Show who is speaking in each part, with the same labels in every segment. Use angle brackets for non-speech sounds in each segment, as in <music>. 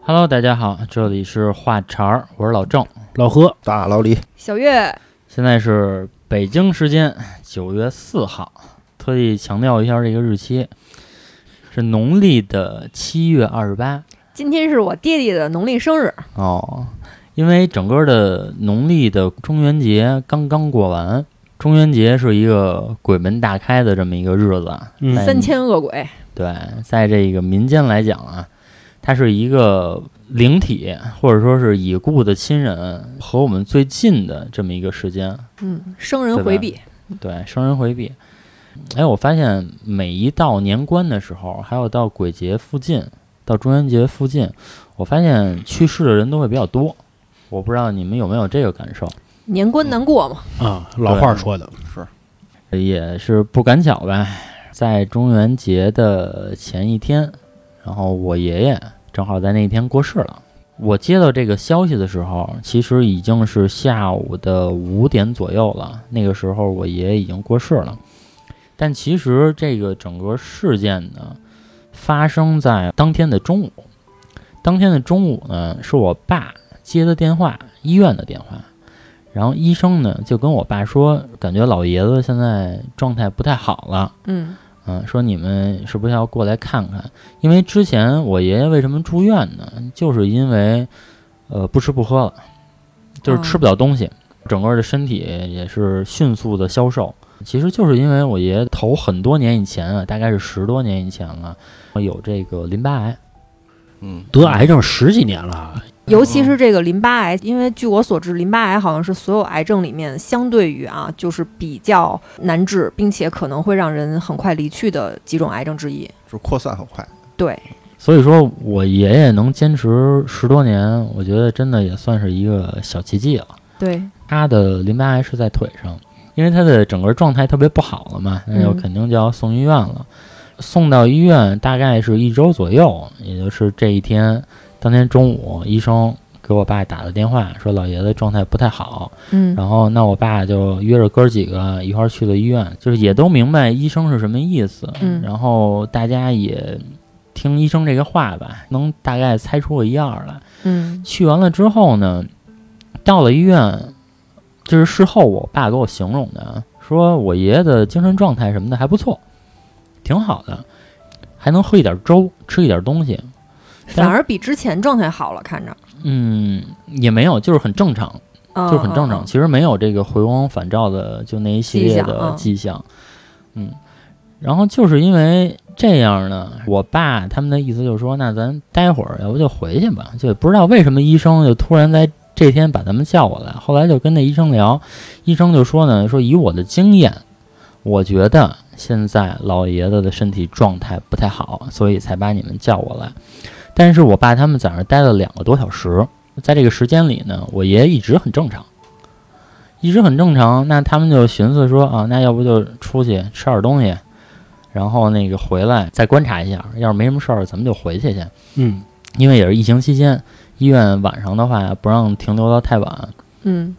Speaker 1: Hello，大家好，这里是话茬儿，我是老郑。
Speaker 2: 老何，
Speaker 3: 大老李，
Speaker 4: 小月，
Speaker 1: 现在是北京时间九月四号，特地强调一下这个日期，是农历的七月二十八
Speaker 4: 今天是我爹爹的农历生日，
Speaker 1: 哦。因为整个的农历的中元节刚刚过完，中元节是一个鬼门大开的这么一个日子啊，
Speaker 2: 嗯
Speaker 1: 在
Speaker 4: 三千恶鬼，
Speaker 1: 对，在这个民间来讲啊，它是一个灵体或者说是已故的亲人和我们最近的这么一个时间，
Speaker 4: 嗯，生人回避，
Speaker 1: 对，生人回避。哎，我发现每一到年关的时候，还有到鬼节附近，到中元节附近，我发现去世的人都会比较多。我不知道你们有没有这个感受，
Speaker 4: 年关难过嘛，
Speaker 2: 啊，老话说的，
Speaker 1: 也是不赶巧吧。在中元节的前一天，然后我爷爷正好在那一天过世了。我接到这个消息的时候，其实已经是下午的五点左右了。那个时候我爷爷已经过世了，但其实这个整个事件呢，发生在当天的中午。当天的中午呢，是我爸接的电话，医院的电话。然后医生呢就跟我爸说，感觉老爷子现在状态不太好了，
Speaker 4: 嗯
Speaker 1: 嗯，说你们是不是要过来看看？因为之前我爷爷为什么住院呢？就是因为，呃，不吃不喝了，就是吃不了东西，整个的身体也是迅速的消瘦。其实就是因为我爷爷头很多年以前啊，大概是十多年以前了，有这个淋巴癌，
Speaker 3: 嗯，
Speaker 2: 得癌症十几年了，啊
Speaker 4: 尤其是这个淋巴癌，因为据我所知，淋巴癌好像是所有癌症里面相对于啊，就是比较难治，并且可能会让人很快离去的几种癌症之一。
Speaker 3: 是扩散很快，
Speaker 4: 对，
Speaker 1: 所以说我爷爷能坚持十多年，我觉得真的也算是一个小奇迹了。
Speaker 4: 对，
Speaker 1: 他的淋巴癌是在腿上，因为他的整个状态特别不好了嘛，那就
Speaker 4: 嗯
Speaker 1: 肯定就要送医院了。送到医院大概是一周左右，也就是这一天，当天中午，医生给我爸打了电话，说老爷子状态不太好，
Speaker 4: 嗯
Speaker 1: 然后那我爸就约着哥儿几个一块儿去了医院，就是也都明白医生是什么意思，
Speaker 4: 嗯
Speaker 1: 然后大家也听医生这个话吧，能大概猜出个一二来。
Speaker 4: 嗯
Speaker 1: 去完了之后呢，到了医院，这是事后我爸给我形容的啊，说我爷爷的精神状态什么的还不错，挺好的，还能喝一点粥，吃一点东西，
Speaker 4: 反而比之前状态好了，看着，
Speaker 1: 嗯，也没有，就是很正常，
Speaker 4: 嗯、
Speaker 1: 就是很正常。
Speaker 4: 嗯。
Speaker 1: 其实没有这个回光返照的，就那一系列的迹
Speaker 4: 迹
Speaker 1: 象。嗯，然后就是因为这样呢，我爸他们的意思就是说，那咱待会儿要不就回去吧，就也不知道为什么医生就突然在这天把咱们叫过来。后来就跟那医生聊，医生就说呢，说以我的经验，我觉得现在老爷子的身体状态不太好，所以才把你们叫过来。但是我爸他们在那儿待了两个多小时，在这个时间里呢，我爷爷一直很正常，一直很正常。那他们就寻思说啊，那要不就出去吃点东西，然后那个回来再观察一下，要是没什么事儿，咱们就回去去。
Speaker 2: 嗯，
Speaker 1: 因为也是疫情期间，医院晚上的话不让停留到太晚。
Speaker 4: 嗯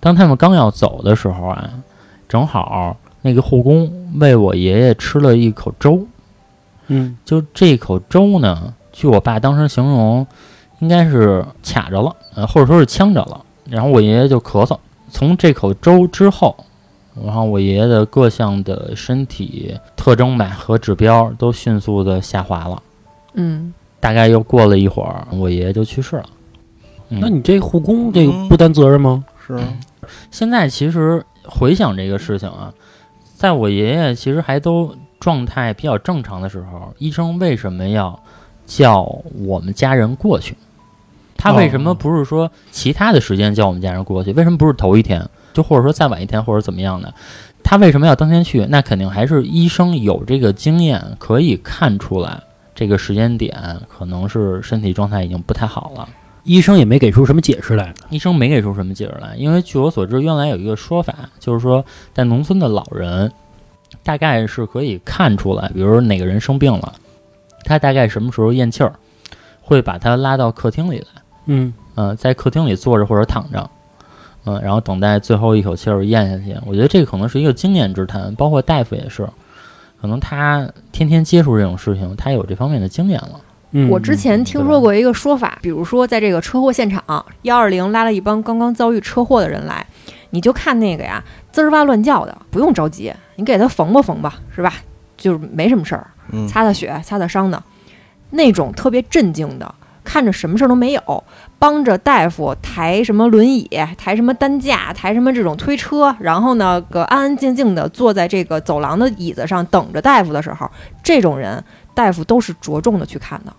Speaker 1: 当他们刚要走的时候啊，正好那个护工喂我爷爷吃了一口粥，
Speaker 2: 嗯，
Speaker 1: 就这口粥呢，据我爸当时形容，应该是卡着了，呃，或者说是呛着了。然后我爷爷就咳嗽。从这口粥之后，然后我爷爷的各项的身体特征吧和指标都迅速的下滑了。
Speaker 4: 嗯，
Speaker 1: 大概又过了一会儿，我爷爷就去世了。嗯
Speaker 2: 那你这护工这
Speaker 3: 嗯
Speaker 2: 个不担责任吗？
Speaker 3: 是
Speaker 4: 嗯
Speaker 1: 现在其实回想这个事情啊，在我爷爷其实还都状态比较正常的时候，医生为什么要叫我们家人过去？他为什么不是说其他的时间叫我们家人过去？为什么不是头一天？就或者说再晚一天，或者怎么样的？他为什么要当天去？那肯定还是医生有这个经验，可以看出来这个时间点可能是身体状态已经不太好了。
Speaker 2: 医生也没给出什么解释来。
Speaker 1: 医生没给出什么解释来，因为据我所知，原来有一个说法，就是说在农村的老人，大概是可以看出来，比如说哪个人生病了，他大概什么时候咽气儿，会把他拉到客厅里来，
Speaker 2: 嗯，
Speaker 1: 嗯、在客厅里坐着或者躺着，嗯、然后等待最后一口气儿咽下去。我觉得这可能是一个经验之谈，包括大夫也是，可能他天天接触这种事情，他有这方面的经验了。
Speaker 2: 嗯
Speaker 4: 我之前听说过一个说法，比如说在这个车祸现场，幺二零拉了一帮刚刚遭遇车祸的人来，你就看那个呀，滋儿哇乱叫的，不用着急，你给他缝吧缝吧，是吧？就是没什么事儿，
Speaker 3: 嗯，
Speaker 4: 擦擦血，擦擦伤的，那种特别镇静的，看着什么事儿都没有，帮着大夫抬什么轮椅，抬什么担架，抬什么这种推车，然后呢，个安安静静的坐在这个走廊的椅子上等着大夫的时候，这种人大夫都是着重的去看的。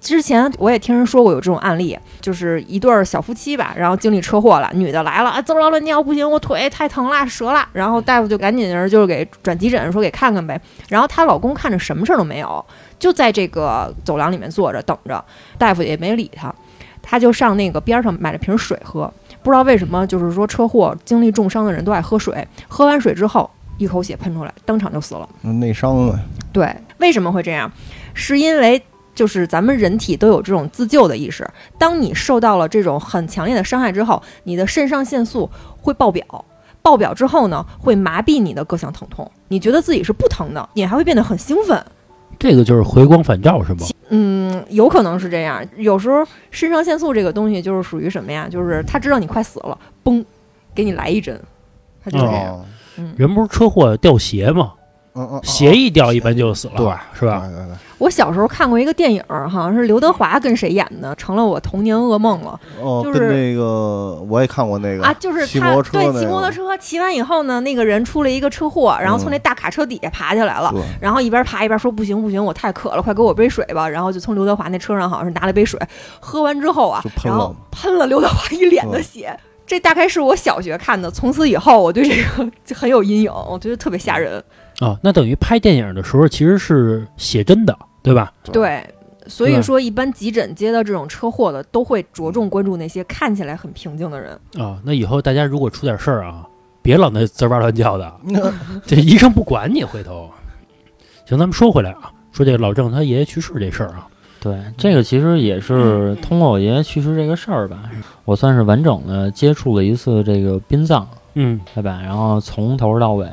Speaker 4: 之前我也听人说过有这种案例，就是一对儿小夫妻吧，然后经历车祸了，女的来了，啊，滋啦乱叫，不行，我腿太疼啦，折了，然后大夫就赶紧人就是给转急诊，说给看看呗。然后她老公看着什么事儿都没有，就在这个走廊里面坐着等着，大夫也没理她，她就上那个边儿上买了瓶水喝。不知道为什么，就是说车祸经历重伤的人都爱喝水，喝完水之后一口血喷出来，当场就死了。
Speaker 3: 内伤啊嘛，
Speaker 4: 对，为什么会这样？是因为就是咱们人体都有这种自救的意识。当你受到了这种很强烈的伤害之后，你的肾上腺素会爆表，爆表之后呢，会麻痹你的各项疼痛。你觉得自己是不疼的，你还会变得很兴奋。
Speaker 2: 这个就是回光返照是吗？
Speaker 4: 嗯，有可能是这样。有时候肾上腺素这个东西就是属于什么呀？就是他知道你快死了，嘣，给你来一针，他就这样。
Speaker 3: 哦，
Speaker 2: 人不是车祸掉鞋吗？
Speaker 3: 嗯嗯，
Speaker 2: 鞋一掉一般就死了，
Speaker 3: 对，
Speaker 2: 是吧？
Speaker 3: 对对对，
Speaker 4: 我小时候看过一个电影儿，好像是刘德华跟谁演的，成了我童年噩梦了。
Speaker 3: 哦，
Speaker 4: 就
Speaker 3: 跟
Speaker 4: 是
Speaker 3: 那个我也看过那个
Speaker 4: 啊，就是
Speaker 3: 骑
Speaker 4: 他
Speaker 3: 摩托车
Speaker 4: 对
Speaker 3: 那
Speaker 4: 骑摩托
Speaker 3: 个
Speaker 4: 车，骑完以后呢，那个人出了一个车祸，然后从
Speaker 3: 嗯
Speaker 4: 那大卡车底下爬起来了。
Speaker 3: 对，
Speaker 4: 然后一边爬一边说不行不行，我太渴了，快给我杯水吧。然后就从刘德华那车上好像是拿了杯水，喝完之后啊
Speaker 3: 就，喷
Speaker 4: 然
Speaker 3: 了
Speaker 4: 后喷了刘德华一脸的
Speaker 3: 嗯
Speaker 4: 血。这大概是我小学看的，从此以后我对这个就很有阴影，我觉得特别吓人。
Speaker 3: 嗯
Speaker 2: 啊，那等于拍电影的时候其实是写真的，对吧？
Speaker 4: 对，所以
Speaker 2: 对
Speaker 4: 说一般急诊接到这种车祸的，都会着重关注那些看起来很平静的人。
Speaker 2: 啊，那以后大家如果出点事儿啊，别老那滋儿哇乱叫的，
Speaker 3: 那
Speaker 2: 这医生不管你回头。行，咱们说回来啊，说这老郑他爷爷去世这事儿啊，
Speaker 1: 对，这个其实也是通过我爷爷去世这个事儿吧，我算是完整的接触了一次这个殡葬，
Speaker 2: 嗯，
Speaker 1: 对吧？然后从头到尾，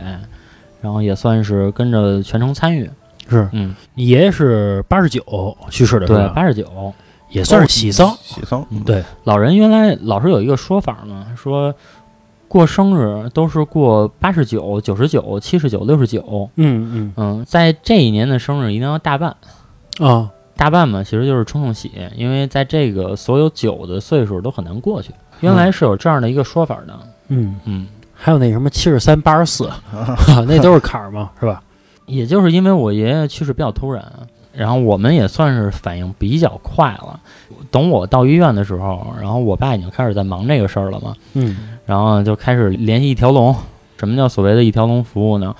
Speaker 1: 然后也算是跟着全程参与。
Speaker 2: 是
Speaker 1: 嗯，
Speaker 2: 你爷爷是八十九去世的，是啊
Speaker 1: 对，
Speaker 2: 吧？
Speaker 1: 八十九。
Speaker 2: 也算是喜丧，
Speaker 3: 喜丧，嗯
Speaker 2: 对
Speaker 1: 老人原来老是有一个说法嘛，说过生日都是过八十九、九十九、七十九、六十九。
Speaker 2: 嗯
Speaker 1: 嗯，在这一年的生日一定要大办。
Speaker 2: 嗯啊，
Speaker 1: 大办嘛，其实就是冲冲喜，因为在这个所有酒的岁数都很难过去。原来是有这样的一个说法的，
Speaker 2: 嗯，
Speaker 1: 嗯，
Speaker 2: 还有那什么七十三、八十
Speaker 1: <laughs>
Speaker 2: 四， <laughs> 那都是坎儿嘛，是吧？
Speaker 1: 也就是因为我爷爷去世比较突然，啊然后我们也算是反应比较快了。等我到医院的时候，然后我爸已经开始在忙这个事儿了嘛，
Speaker 2: 嗯
Speaker 1: 然后就开始联系一条龙。什么叫所谓的一条龙服务呢？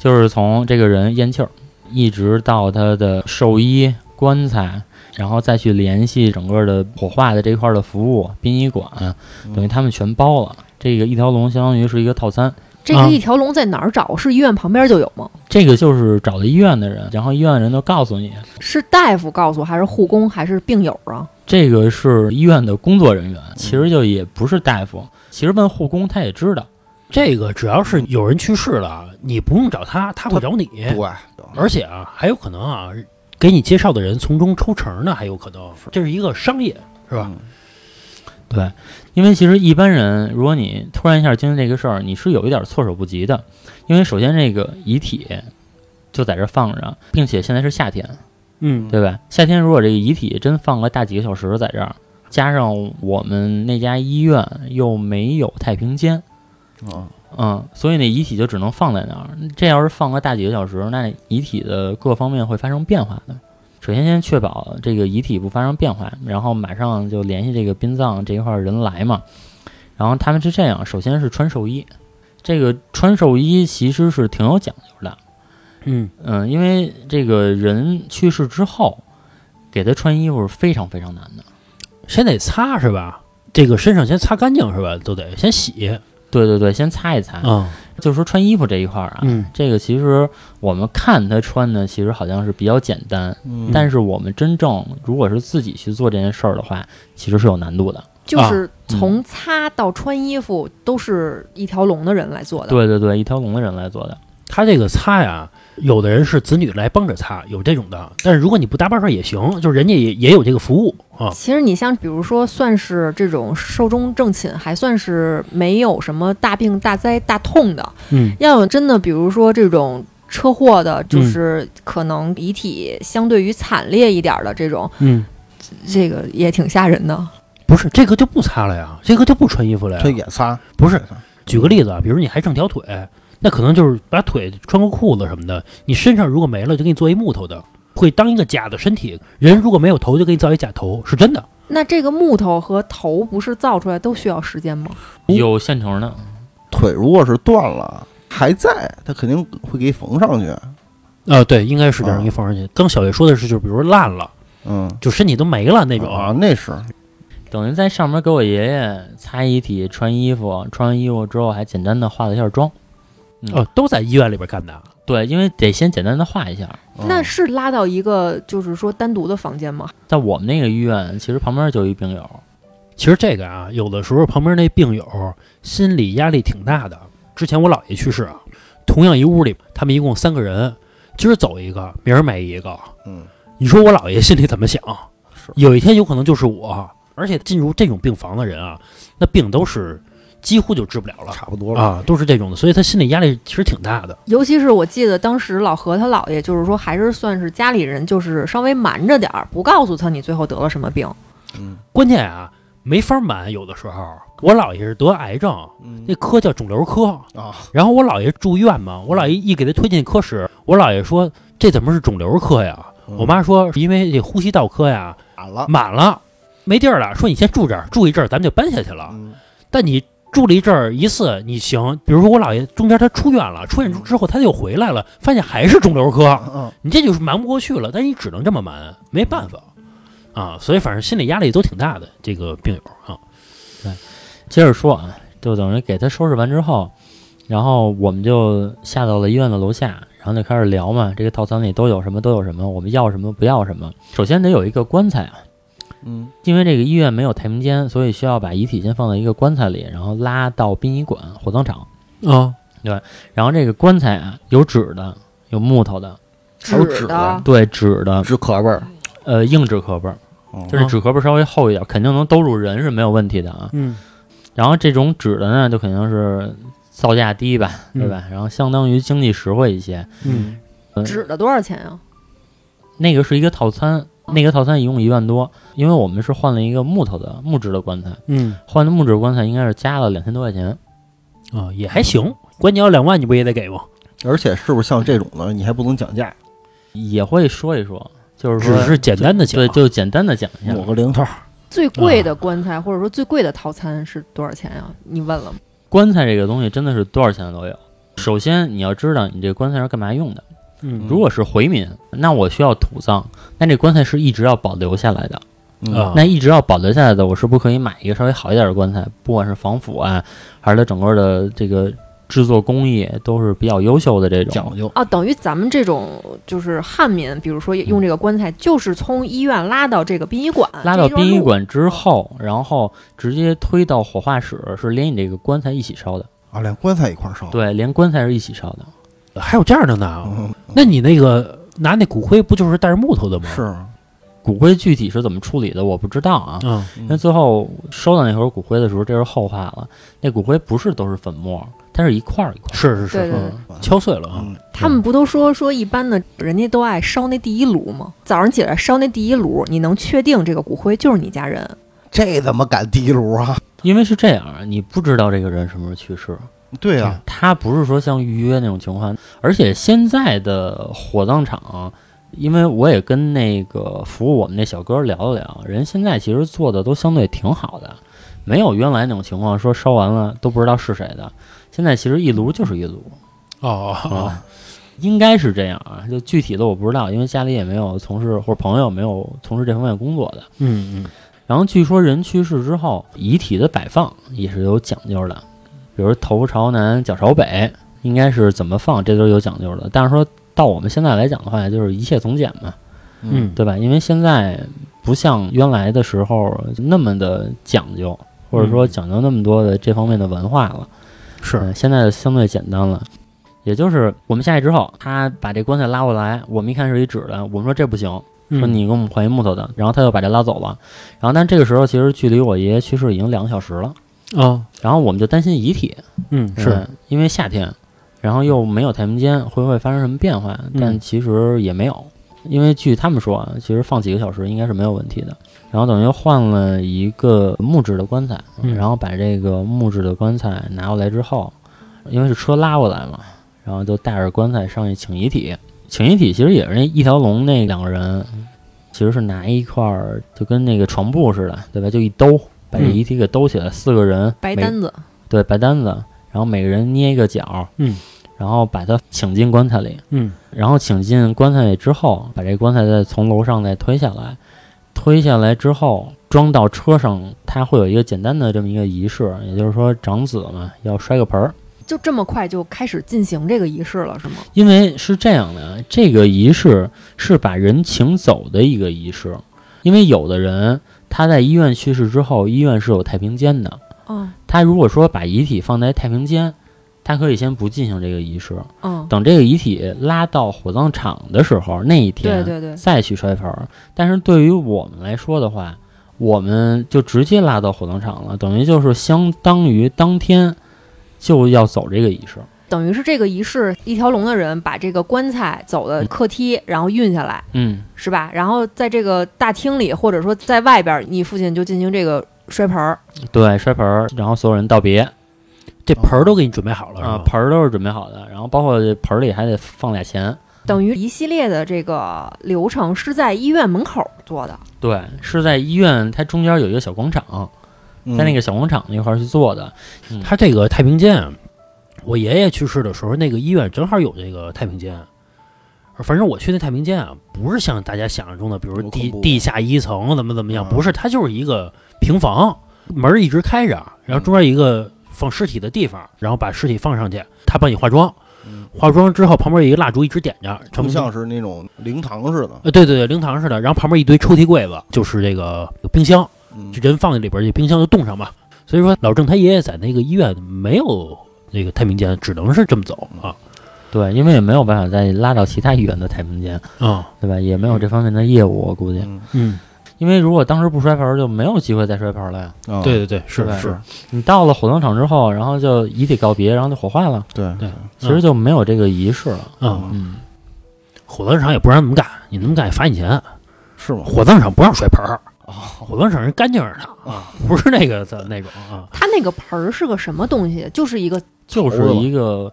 Speaker 1: 就是从这个人咽气儿，一直到他的寿衣、棺材，然后再去联系整个的火化的这块儿的服务、殡仪馆，等于他们全包了。这个一条龙相当于是一个套餐。
Speaker 4: 这
Speaker 2: 啊
Speaker 4: 个一条龙在哪儿找？是医院旁边就有吗？
Speaker 1: 这个就是找的医院的人，然后医院的人就告诉你，
Speaker 4: 是大夫告诉，还是护工，还是病友啊？
Speaker 1: 这个是医院的工作人员，其实就也不是大夫。其实问护工他也知道，
Speaker 2: 这个只要是有人去世了，啊你不用找他，他会找你，
Speaker 3: 对，
Speaker 2: 而且啊，还有可能啊，给你介绍的人从中抽成呢，还有可能，这是一个商业，是吧？
Speaker 3: 嗯
Speaker 1: 对，因为其实一般人，如果你突然一下经历这个事儿，你是有一点措手不及的。因为首先这个遗体就在这儿放着，并且现在是夏天，
Speaker 2: 嗯
Speaker 1: 对吧？夏天如果这个遗体真放个大几个小时在这儿，加上我们那家医院又没有太平间，
Speaker 3: 啊，
Speaker 1: 嗯，所以那遗体就只能放在那儿。这要是放个大几个小时，那遗体的各方面会发生变化的。首先，先确保这个遗体不发生变化，然后马上就联系这个殡葬这一块儿人来嘛。然后他们是这样，首先是穿寿衣，这个穿寿衣其实是挺有讲究的，
Speaker 2: 嗯
Speaker 1: 嗯，因为这个人去世之后，给他穿衣服是非常非常难的。
Speaker 2: 先得擦是吧？这个身上先擦干净是吧？都得先洗
Speaker 1: 对对对，先擦一擦，
Speaker 2: 啊，
Speaker 1: 就是说穿衣服这一块儿啊，
Speaker 2: 嗯
Speaker 1: 这个其实我们看他穿的，其实好像是比较简单，
Speaker 3: 嗯
Speaker 1: 但是我们真正如果是自己去做这件事儿的话，其实是有难度的。
Speaker 4: 就是
Speaker 1: 嗯
Speaker 4: 从擦到穿衣服都是一条龙的人来做的。
Speaker 1: 对对对，一条龙的人来做的。
Speaker 2: 他这个擦呀，有的人是子女来帮着擦，有这种的。但是如果你不搭把手也行，就是人家也也有这个服务啊。
Speaker 4: 其实你像比如说，算是这种寿终正寝，还算是没有什么大病大灾大痛的。
Speaker 2: 嗯，
Speaker 4: 要有真的，比如说这种车祸的，就是可能遗体相对于惨烈一点儿的这种，
Speaker 2: 嗯，
Speaker 4: 这个也挺吓人的。
Speaker 2: 不是这个就不擦了呀，这个就不穿衣服了呀。
Speaker 3: 这也擦，
Speaker 2: 不是，举个例子啊，比如你还剩条腿，那可能就是把腿穿过裤子什么的，你身上如果没了，就给你做一木头的，会当一个假的身体。人如果没有头，就给你造一假头，是真的。
Speaker 4: 那这个木头和头不是造出来都需要时间吗？
Speaker 2: 哦
Speaker 1: 有现成的，
Speaker 3: 腿如果是断了还在，他肯定会给缝上去。
Speaker 2: 啊，对，应该是这样
Speaker 3: 啊
Speaker 2: 一放上去。刚小月说的是，就是比如说烂了，
Speaker 3: 嗯，
Speaker 2: 就身体都没了那种。
Speaker 3: 啊，那是
Speaker 1: 等于在上面给我爷爷擦遗体、穿衣服，穿完衣服之后还简单的化了一下妆。嗯
Speaker 2: 哦，都在医院里边干的，
Speaker 1: 对，因为得先简单的化一下。
Speaker 3: 嗯
Speaker 4: 那是拉到一个就是说单独的房间吗？
Speaker 1: 在我们那个医院，其实旁边就一病友，
Speaker 2: 其实这个啊，有的时候旁边那病友心理压力挺大的。之前我姥爷去世啊，同样一屋里，他们一共三个人，今儿走一个，明儿没一个。
Speaker 3: 嗯，
Speaker 2: 你说我姥爷心里怎么想？
Speaker 3: 是
Speaker 2: 有一天有可能就是我。而且进入这种病房的人啊，那病都是几乎就治不了了
Speaker 3: 差不多了。
Speaker 2: 啊，都是这种的，所以他心理压力其实挺大的。
Speaker 4: 尤其是我记得当时老何他姥爷，就是说还是算是家里人，就是稍微瞒着点儿，不告诉他你最后得了什么病。
Speaker 3: 嗯
Speaker 2: 关键啊，没法瞒，有的时候我姥爷是得癌症，
Speaker 3: 嗯
Speaker 2: 那科叫肿瘤科，
Speaker 3: 啊，
Speaker 2: 然后我姥爷住院嘛，我姥爷一给他推进科室，我姥爷说这怎么是肿瘤科呀？
Speaker 3: 嗯
Speaker 2: 我妈说是因为这呼吸道科呀
Speaker 3: 满了。
Speaker 2: 满了，没地儿了，说你先住这儿，住一阵儿咱们就搬下去了。
Speaker 3: 嗯
Speaker 2: 但你住了一阵儿一次你行，比如说我姥爷中间他出院了，出院之后他又回来了，发现还是肿瘤科，
Speaker 3: 嗯，
Speaker 2: 你这就是瞒不过去了，但你只能这么瞒，没办法啊。所以反正心理压力都挺大的，这个病友啊，
Speaker 1: 接着说啊，就等于给他收拾完之后，然后我们就下到了医院的楼下，然后就开始聊嘛，这个套餐里都有什么都有什么，我们要什么不要什么。首先得有一个棺材啊，
Speaker 3: 嗯
Speaker 1: 因为这个医院没有太平间，所以需要把遗体先放在一个棺材啊里，然后拉到殡仪馆火葬场。
Speaker 2: 啊，
Speaker 1: 然后这个棺材啊，有纸的，有木头的，
Speaker 3: 还有纸
Speaker 4: 的
Speaker 3: 的，
Speaker 1: 对，纸的，
Speaker 3: 纸壳儿味儿，
Speaker 1: 呃，硬纸壳儿，
Speaker 3: 嗯
Speaker 1: 就是纸壳儿稍微厚一点，肯定能兜住人是没有问题的啊。
Speaker 2: 嗯，
Speaker 1: 然后这种纸的呢，就肯定是造价低吧，对吧？然后相当于经济实惠一些。
Speaker 2: 嗯
Speaker 1: 呃
Speaker 4: 纸的多少钱啊？
Speaker 1: 那个是一个套餐，那个套餐一共一万多，因为我们是换了一个木头的木质的棺材，
Speaker 2: 嗯
Speaker 1: 换的木质棺材应该是加了两千多块钱。
Speaker 2: 啊，也还行。管你要两万，你不也得给吗？
Speaker 3: 而且是不是像这种的，你还不能讲价，
Speaker 1: 也会说一说，就是说
Speaker 2: 只是简单的讲，啊
Speaker 1: 对，就简单的讲一下。
Speaker 3: 抹个零头儿，
Speaker 4: 最贵的棺材或者说最贵的套餐是多少钱啊？你问了吗？
Speaker 1: 棺材这个东西真的是多少钱都有。首先你要知道你这个棺材是干嘛用的。
Speaker 2: 嗯
Speaker 1: 如果是回民，那我需要土葬，那这棺材是一直要保留下来的。
Speaker 3: 嗯
Speaker 2: 啊，
Speaker 1: 那一直要保留下来的，我是不是可以买一个稍微好一点的棺材？不管是防腐啊，还是它整个的这个制作工艺都是比较优秀的这种。
Speaker 3: 讲究，
Speaker 4: 啊，等于咱们这种就是汉民，比如说用这个棺材，就是从医院拉到这个殡仪馆，
Speaker 1: 拉到
Speaker 4: 这一段
Speaker 1: 殡仪
Speaker 4: 路
Speaker 1: 馆之后，然后直接推到火化室，是连你这个棺材一起烧的。
Speaker 3: 啊，连棺材一块儿烧。
Speaker 1: 对，连棺材是一起烧的。
Speaker 2: 还有这样的呢？
Speaker 3: 嗯，
Speaker 2: 那你那个拿那骨灰不就是带着木头的吗？
Speaker 3: 是，啊
Speaker 1: 骨灰具体是怎么处理的，我不知道啊。
Speaker 2: 嗯，
Speaker 1: 那最后收到那盒骨灰的时候，这是后话了。那骨灰不是都是粉末，它是一块儿一块儿。
Speaker 2: 是是
Speaker 4: 对
Speaker 2: 是，
Speaker 4: 对对，
Speaker 1: 嗯
Speaker 2: 敲碎了啊。
Speaker 3: 嗯，
Speaker 4: 他们不都说说一般的人家都爱烧那第一炉吗？早上起来烧那第一炉，你能确定这个骨灰就是你家人？
Speaker 3: 这怎么敢低炉啊？
Speaker 1: 因为是这样，啊你不知道这个人什么时候去世，
Speaker 3: 对啊呀，
Speaker 1: 他不是说像预约那种情况，而且现在的火葬场，因为我也跟那个服务我们那小哥聊了聊，人现在其实做的都相对挺好的，没有原来那种情况说烧完了都不知道是谁的。现在其实一炉就是一炉
Speaker 2: 哦哦哦，
Speaker 1: 啊，应该是这样啊，就具体的我不知道，因为家里也没有从事或者朋友没有从事这方面工作的。
Speaker 2: 嗯嗯，
Speaker 1: 然后据说人去世之后，遗体的摆放也是有讲究的，比如头朝南，脚朝北，应该是怎么放，这都是有讲究的。但是说到我们现在来讲的话，就是一切从简嘛，
Speaker 2: 嗯
Speaker 1: 对吧？因为现在不像原来的时候那么的嗯讲究，或者说
Speaker 2: 嗯
Speaker 1: 讲究那么多的这方面的文化了。
Speaker 2: 是
Speaker 1: 嗯，现在相对简单了。也就是我们下去之后，他把这棺材拉过来，我们一看是一纸的，我们说这不行，说
Speaker 2: 嗯
Speaker 1: 你给我们换一木头的，然后他就把这拉走了。然后但这个时候其实距离我爷爷去世已经两个小时了，
Speaker 2: 啊，
Speaker 1: 然后我们就担心遗体，
Speaker 2: 嗯
Speaker 1: 对
Speaker 2: 是，
Speaker 1: 因为夏天，然后又没有太平间，会不会发生什么变化？
Speaker 2: 嗯
Speaker 1: 但其实也没有，因为据他们说啊，其实放几个小时应该是没有问题的。然后等于换了一个木质的棺材，
Speaker 2: 嗯
Speaker 1: 然后把这个木质的棺材拿过来之后，因为是车拉过来嘛，然后就带着棺材上去请遗体。请遗体其实也是那一条龙那两个人，其实是拿一块儿就跟那个床布似的，对吧？就一兜把这
Speaker 2: 嗯
Speaker 1: 遗体给兜起来，四个人
Speaker 4: 白
Speaker 1: 每
Speaker 4: 单子，
Speaker 1: 对，白单子，然后每个人捏一个角，
Speaker 2: 嗯，
Speaker 1: 然后把它请进棺材里，
Speaker 2: 嗯
Speaker 1: 然后请进棺材里之后，把这棺材再从楼上再推下来，推下来之后装到车上，它会有一个简单的这么一个仪式，也就是说长子嘛要摔个盆儿，
Speaker 4: 就这么快就开始进行这个仪式了，是吗？
Speaker 1: 因为是这样的，这个仪式是把人请走的一个仪式，因为有的人他在医院去世之后，医院是有太平间的，
Speaker 4: 嗯
Speaker 1: 他如果说把遗体放在太平间，他可以先不进行这个仪式，
Speaker 4: 嗯，
Speaker 1: 等这个遗体拉到火葬场的时候，那一
Speaker 4: 对
Speaker 1: 天
Speaker 4: 对对，
Speaker 1: 再去摔盆儿。但是对于我们来说的话，我们就直接拉到火葬场了，等于就是相当于当天就要走这个仪式。
Speaker 4: 等于是这个仪式一条龙的人把这个棺材走的客梯，然后运下来，
Speaker 1: 嗯，
Speaker 4: 是吧？然后在这个大厅里，或者说在外边，你父亲就进行这个摔盆儿，
Speaker 1: 对，摔盆儿，然后所有人道别
Speaker 2: 这盆儿都给你准备好了是
Speaker 1: 啊，
Speaker 2: 吧？
Speaker 1: 盆儿都是准备好的，然后包括这盆儿里还得放俩钱。
Speaker 4: 等于一系列的这个流程是在医院门口做的。
Speaker 1: 对，是在医院，它中间有一个小广场，在那
Speaker 3: 个
Speaker 1: 个小广场那块儿去做的。
Speaker 3: 嗯
Speaker 2: 他这个太平间啊，我爷爷去世的时候，那个医院正好有这个太平间。反正我去那太平间啊，不是像大家想象中的，比如
Speaker 3: 多
Speaker 2: 地
Speaker 3: 恐怖啊
Speaker 2: 地下一层怎么怎么样，
Speaker 3: 嗯
Speaker 2: 不是，它就是一个平房，门儿一直开着，然后中间有一个放尸体的地方，然后把尸体放上去，他帮你化妆
Speaker 3: 嗯，
Speaker 2: 化妆之后旁边有一个蜡烛一直点着，成
Speaker 3: 不像是那种灵堂似的，
Speaker 2: 呃对对对灵堂似的，然后旁边一堆抽屉柜子，就是这个有冰箱，
Speaker 3: 嗯
Speaker 2: 就人放在里边儿，这冰箱就冻上嘛。所以说，老郑他爷爷在那个医院没有那个太平间，只能是这么走啊
Speaker 1: 对，因为也没有办法再拉到其他医院的太平间，
Speaker 2: 啊
Speaker 1: 对吧？也没有这方面的业务，我估计。
Speaker 3: 嗯
Speaker 2: 嗯，
Speaker 1: 因为如果当时不摔盆儿，就没有机会再摔盆儿了呀。
Speaker 3: 啊
Speaker 2: 对对对，是
Speaker 1: 对
Speaker 2: 是，
Speaker 1: 你到了火葬场之后，然后就遗体告别，然后就火化了，
Speaker 3: 对
Speaker 2: 对
Speaker 1: 其实就没有这个仪式了。
Speaker 2: 啊，
Speaker 1: 嗯，
Speaker 2: 火葬场也不让你们干，你们干也罚你钱。
Speaker 3: 是吗？
Speaker 2: 火葬场不让摔盆儿，火葬场人干净着呢，
Speaker 3: 啊
Speaker 2: 不是那个的那种啊，
Speaker 4: 他那个盆儿是个什么东西？就是一个
Speaker 1: 就是一个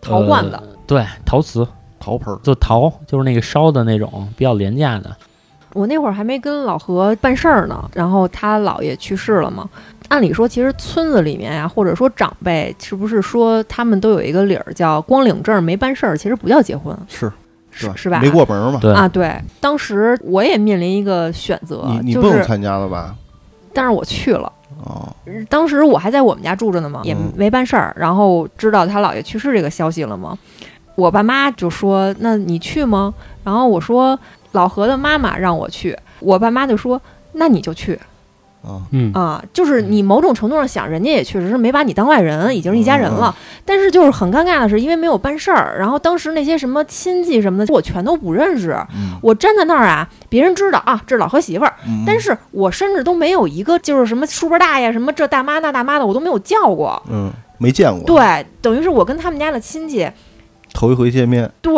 Speaker 4: 陶罐子，
Speaker 1: 呃对，陶瓷
Speaker 3: 陶盆儿
Speaker 1: 就陶，就是那个烧的那种比较廉价的。
Speaker 4: 我那会儿还没跟老何办事儿呢，然后他姥爷去世了嘛。按理说，其实村子里面呀、或者说长辈，是不是说他们都有一个理儿叫光领证没办事儿，其实不叫结婚，
Speaker 3: 是
Speaker 4: 是是吧？
Speaker 3: 没过门儿嘛？
Speaker 1: 对
Speaker 4: 啊，对。当时我也面临一个选择
Speaker 3: 你，你
Speaker 4: 就
Speaker 3: 不用
Speaker 4: 是，
Speaker 3: 参加了吧？
Speaker 4: 但是我去了。
Speaker 3: 哦，
Speaker 4: 当时我还在我们家住着呢嘛，也
Speaker 3: 嗯
Speaker 4: 没办事儿。然后知道他姥爷去世这个消息了嘛，我爸妈就说：“那你去吗？”然后我说：“老何的妈妈让我去。”我爸妈就说：“那你就去
Speaker 3: 啊，
Speaker 2: 嗯
Speaker 4: 啊！”就是你某种程度上想，人家也确实是没把你当外人，已经是一家人了。但是就是很尴尬的是，因为没有办事儿，然后当时那些什么亲戚什么的，我全都不认识。
Speaker 3: 嗯，
Speaker 4: 我站在那儿啊，别人知道啊，这是老何媳妇儿。
Speaker 3: 嗯
Speaker 4: 但是我甚至都没有一个就是什么叔伯大爷、什么这大妈那大妈的，我都没有叫过。
Speaker 3: 嗯，没见过，，
Speaker 4: 对，等于是我跟他们家的亲戚，
Speaker 3: 头一回见面
Speaker 4: 对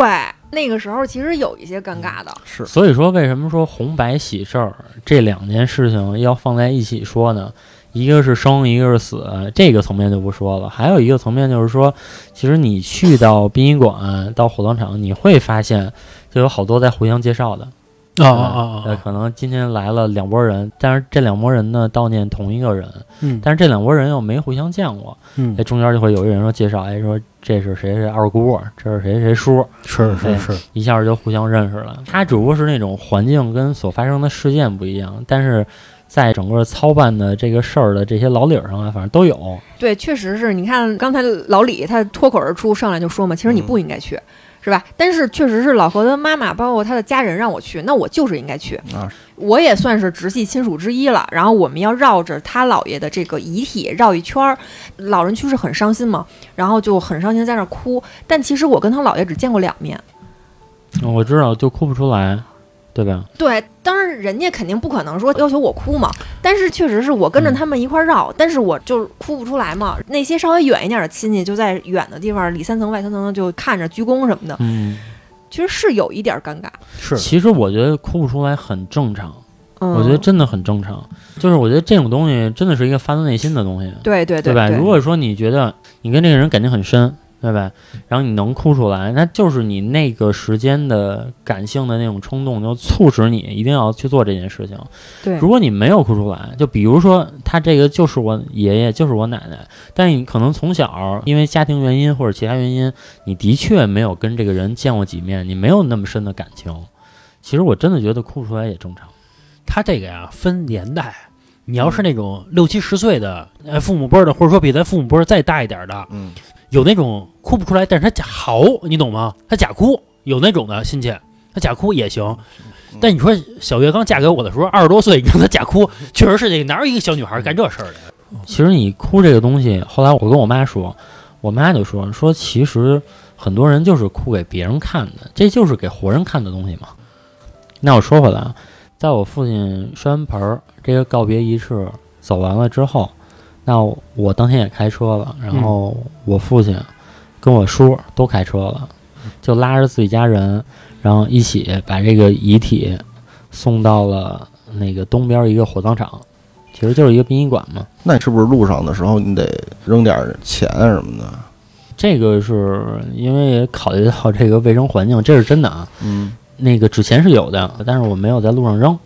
Speaker 4: 那个时候其实有一些尴尬的。
Speaker 3: 是
Speaker 1: 所以说，为什么说红白喜事儿这两件事情要放在一起说呢？一个是生，一个是死，这个层面就不说了。还有一个层面就是说，其实你去到殡仪馆、到火葬场，你会发现就有好多在互相介绍的。
Speaker 2: 啊
Speaker 1: 对吧
Speaker 2: 啊啊
Speaker 1: 呃，
Speaker 2: 啊，
Speaker 1: 可能今天来了两拨人，但是这两拨人呢悼念同一个人，
Speaker 2: 嗯
Speaker 1: 但是这两拨人又没互相见过。
Speaker 2: 嗯
Speaker 1: 哎，中间就会有一个人说介绍，哎，说这是谁谁二姑，这是谁谁叔，
Speaker 2: 是
Speaker 1: 对
Speaker 2: 是是，
Speaker 1: 一下就互相认识了。他只不过是那种环境跟所发生的事件不一样，但是在整个操办的这个事儿的这些老理儿上啊，反正都有。
Speaker 4: 对，确实是你看刚才老李他脱口而出上来就说嘛，其实你不应该去。是吧？但是确实是老何的妈妈，包括他的家人让我去，那我就是应该去。
Speaker 3: 啊
Speaker 4: 我也算是直系亲属之一了。然后我们要绕着他姥爷的这个遗体绕一圈儿，老人去世很伤心嘛，然后就很伤心在那儿哭。但其实我跟他姥爷只见过两面。
Speaker 1: 嗯我知道，就哭不出来，对吧？
Speaker 4: 对，当然人家肯定不可能说要求我哭嘛，但是确实是我
Speaker 1: 嗯
Speaker 4: 跟着他们一块儿绕，但是我就哭不出来嘛。那些稍微远一点的亲戚就在远的地方，里三层外三层的就看着鞠躬什么的，
Speaker 1: 嗯，
Speaker 4: 其实是有一点尴尬。
Speaker 2: 是
Speaker 1: 其实我觉得哭不出来很正常，
Speaker 4: 嗯，
Speaker 1: 我觉得真的很正常。就是我觉得这种东西真的是一个发自内心的东西，
Speaker 4: 对对
Speaker 1: 对
Speaker 4: 对
Speaker 1: 吧？如果说你觉得你跟这个人感情很深，对吧？然后你能哭出来，那就是你那个时间的感性的那种冲动，就促使你一定要去做这件事情。
Speaker 4: 对
Speaker 1: 如果你没有哭出来，就比如说他这个就是我爷爷，就是我奶奶，但你可能从小因为家庭原因或者其他原因，你的确没有跟这个人见过几面，你没有那么深的感情。其实我真的觉得哭不出来也正常。
Speaker 2: 他这个呀分年代，你要是那种六七十岁的，呃，父母辈儿的，或者说比咱父母辈儿再大一点儿的，
Speaker 3: 嗯，
Speaker 2: 有那种哭不出来，但是他假嚎，你懂吗？他假哭，有那种的亲戚，他假哭也行。但你说小月刚嫁给我的时候，二十多岁，你让她假哭，确实是这个，哪有一个小女孩干这事儿的？
Speaker 1: 其实你哭这个东西，后来我跟我妈说，我妈就说说其实很多人就是哭给别人看的，这就是给活人看的东西嘛。那我说回来啊，在我父亲摔完盆儿这个告别仪式走完了之后，那我我当天也开车了，然后我父亲跟我叔都开车了，就拉着自己家人，然后一起把这个遗体送到了那个东边一个火葬场，其实就是一个殡仪馆嘛。
Speaker 3: 那你是不是路上的时候你得扔点儿钱啊什么的？
Speaker 1: 这个是因为也考虑到这个卫生环境，这是真的啊。
Speaker 3: 嗯
Speaker 1: 那个纸钱是有的，但是我没有在路上扔，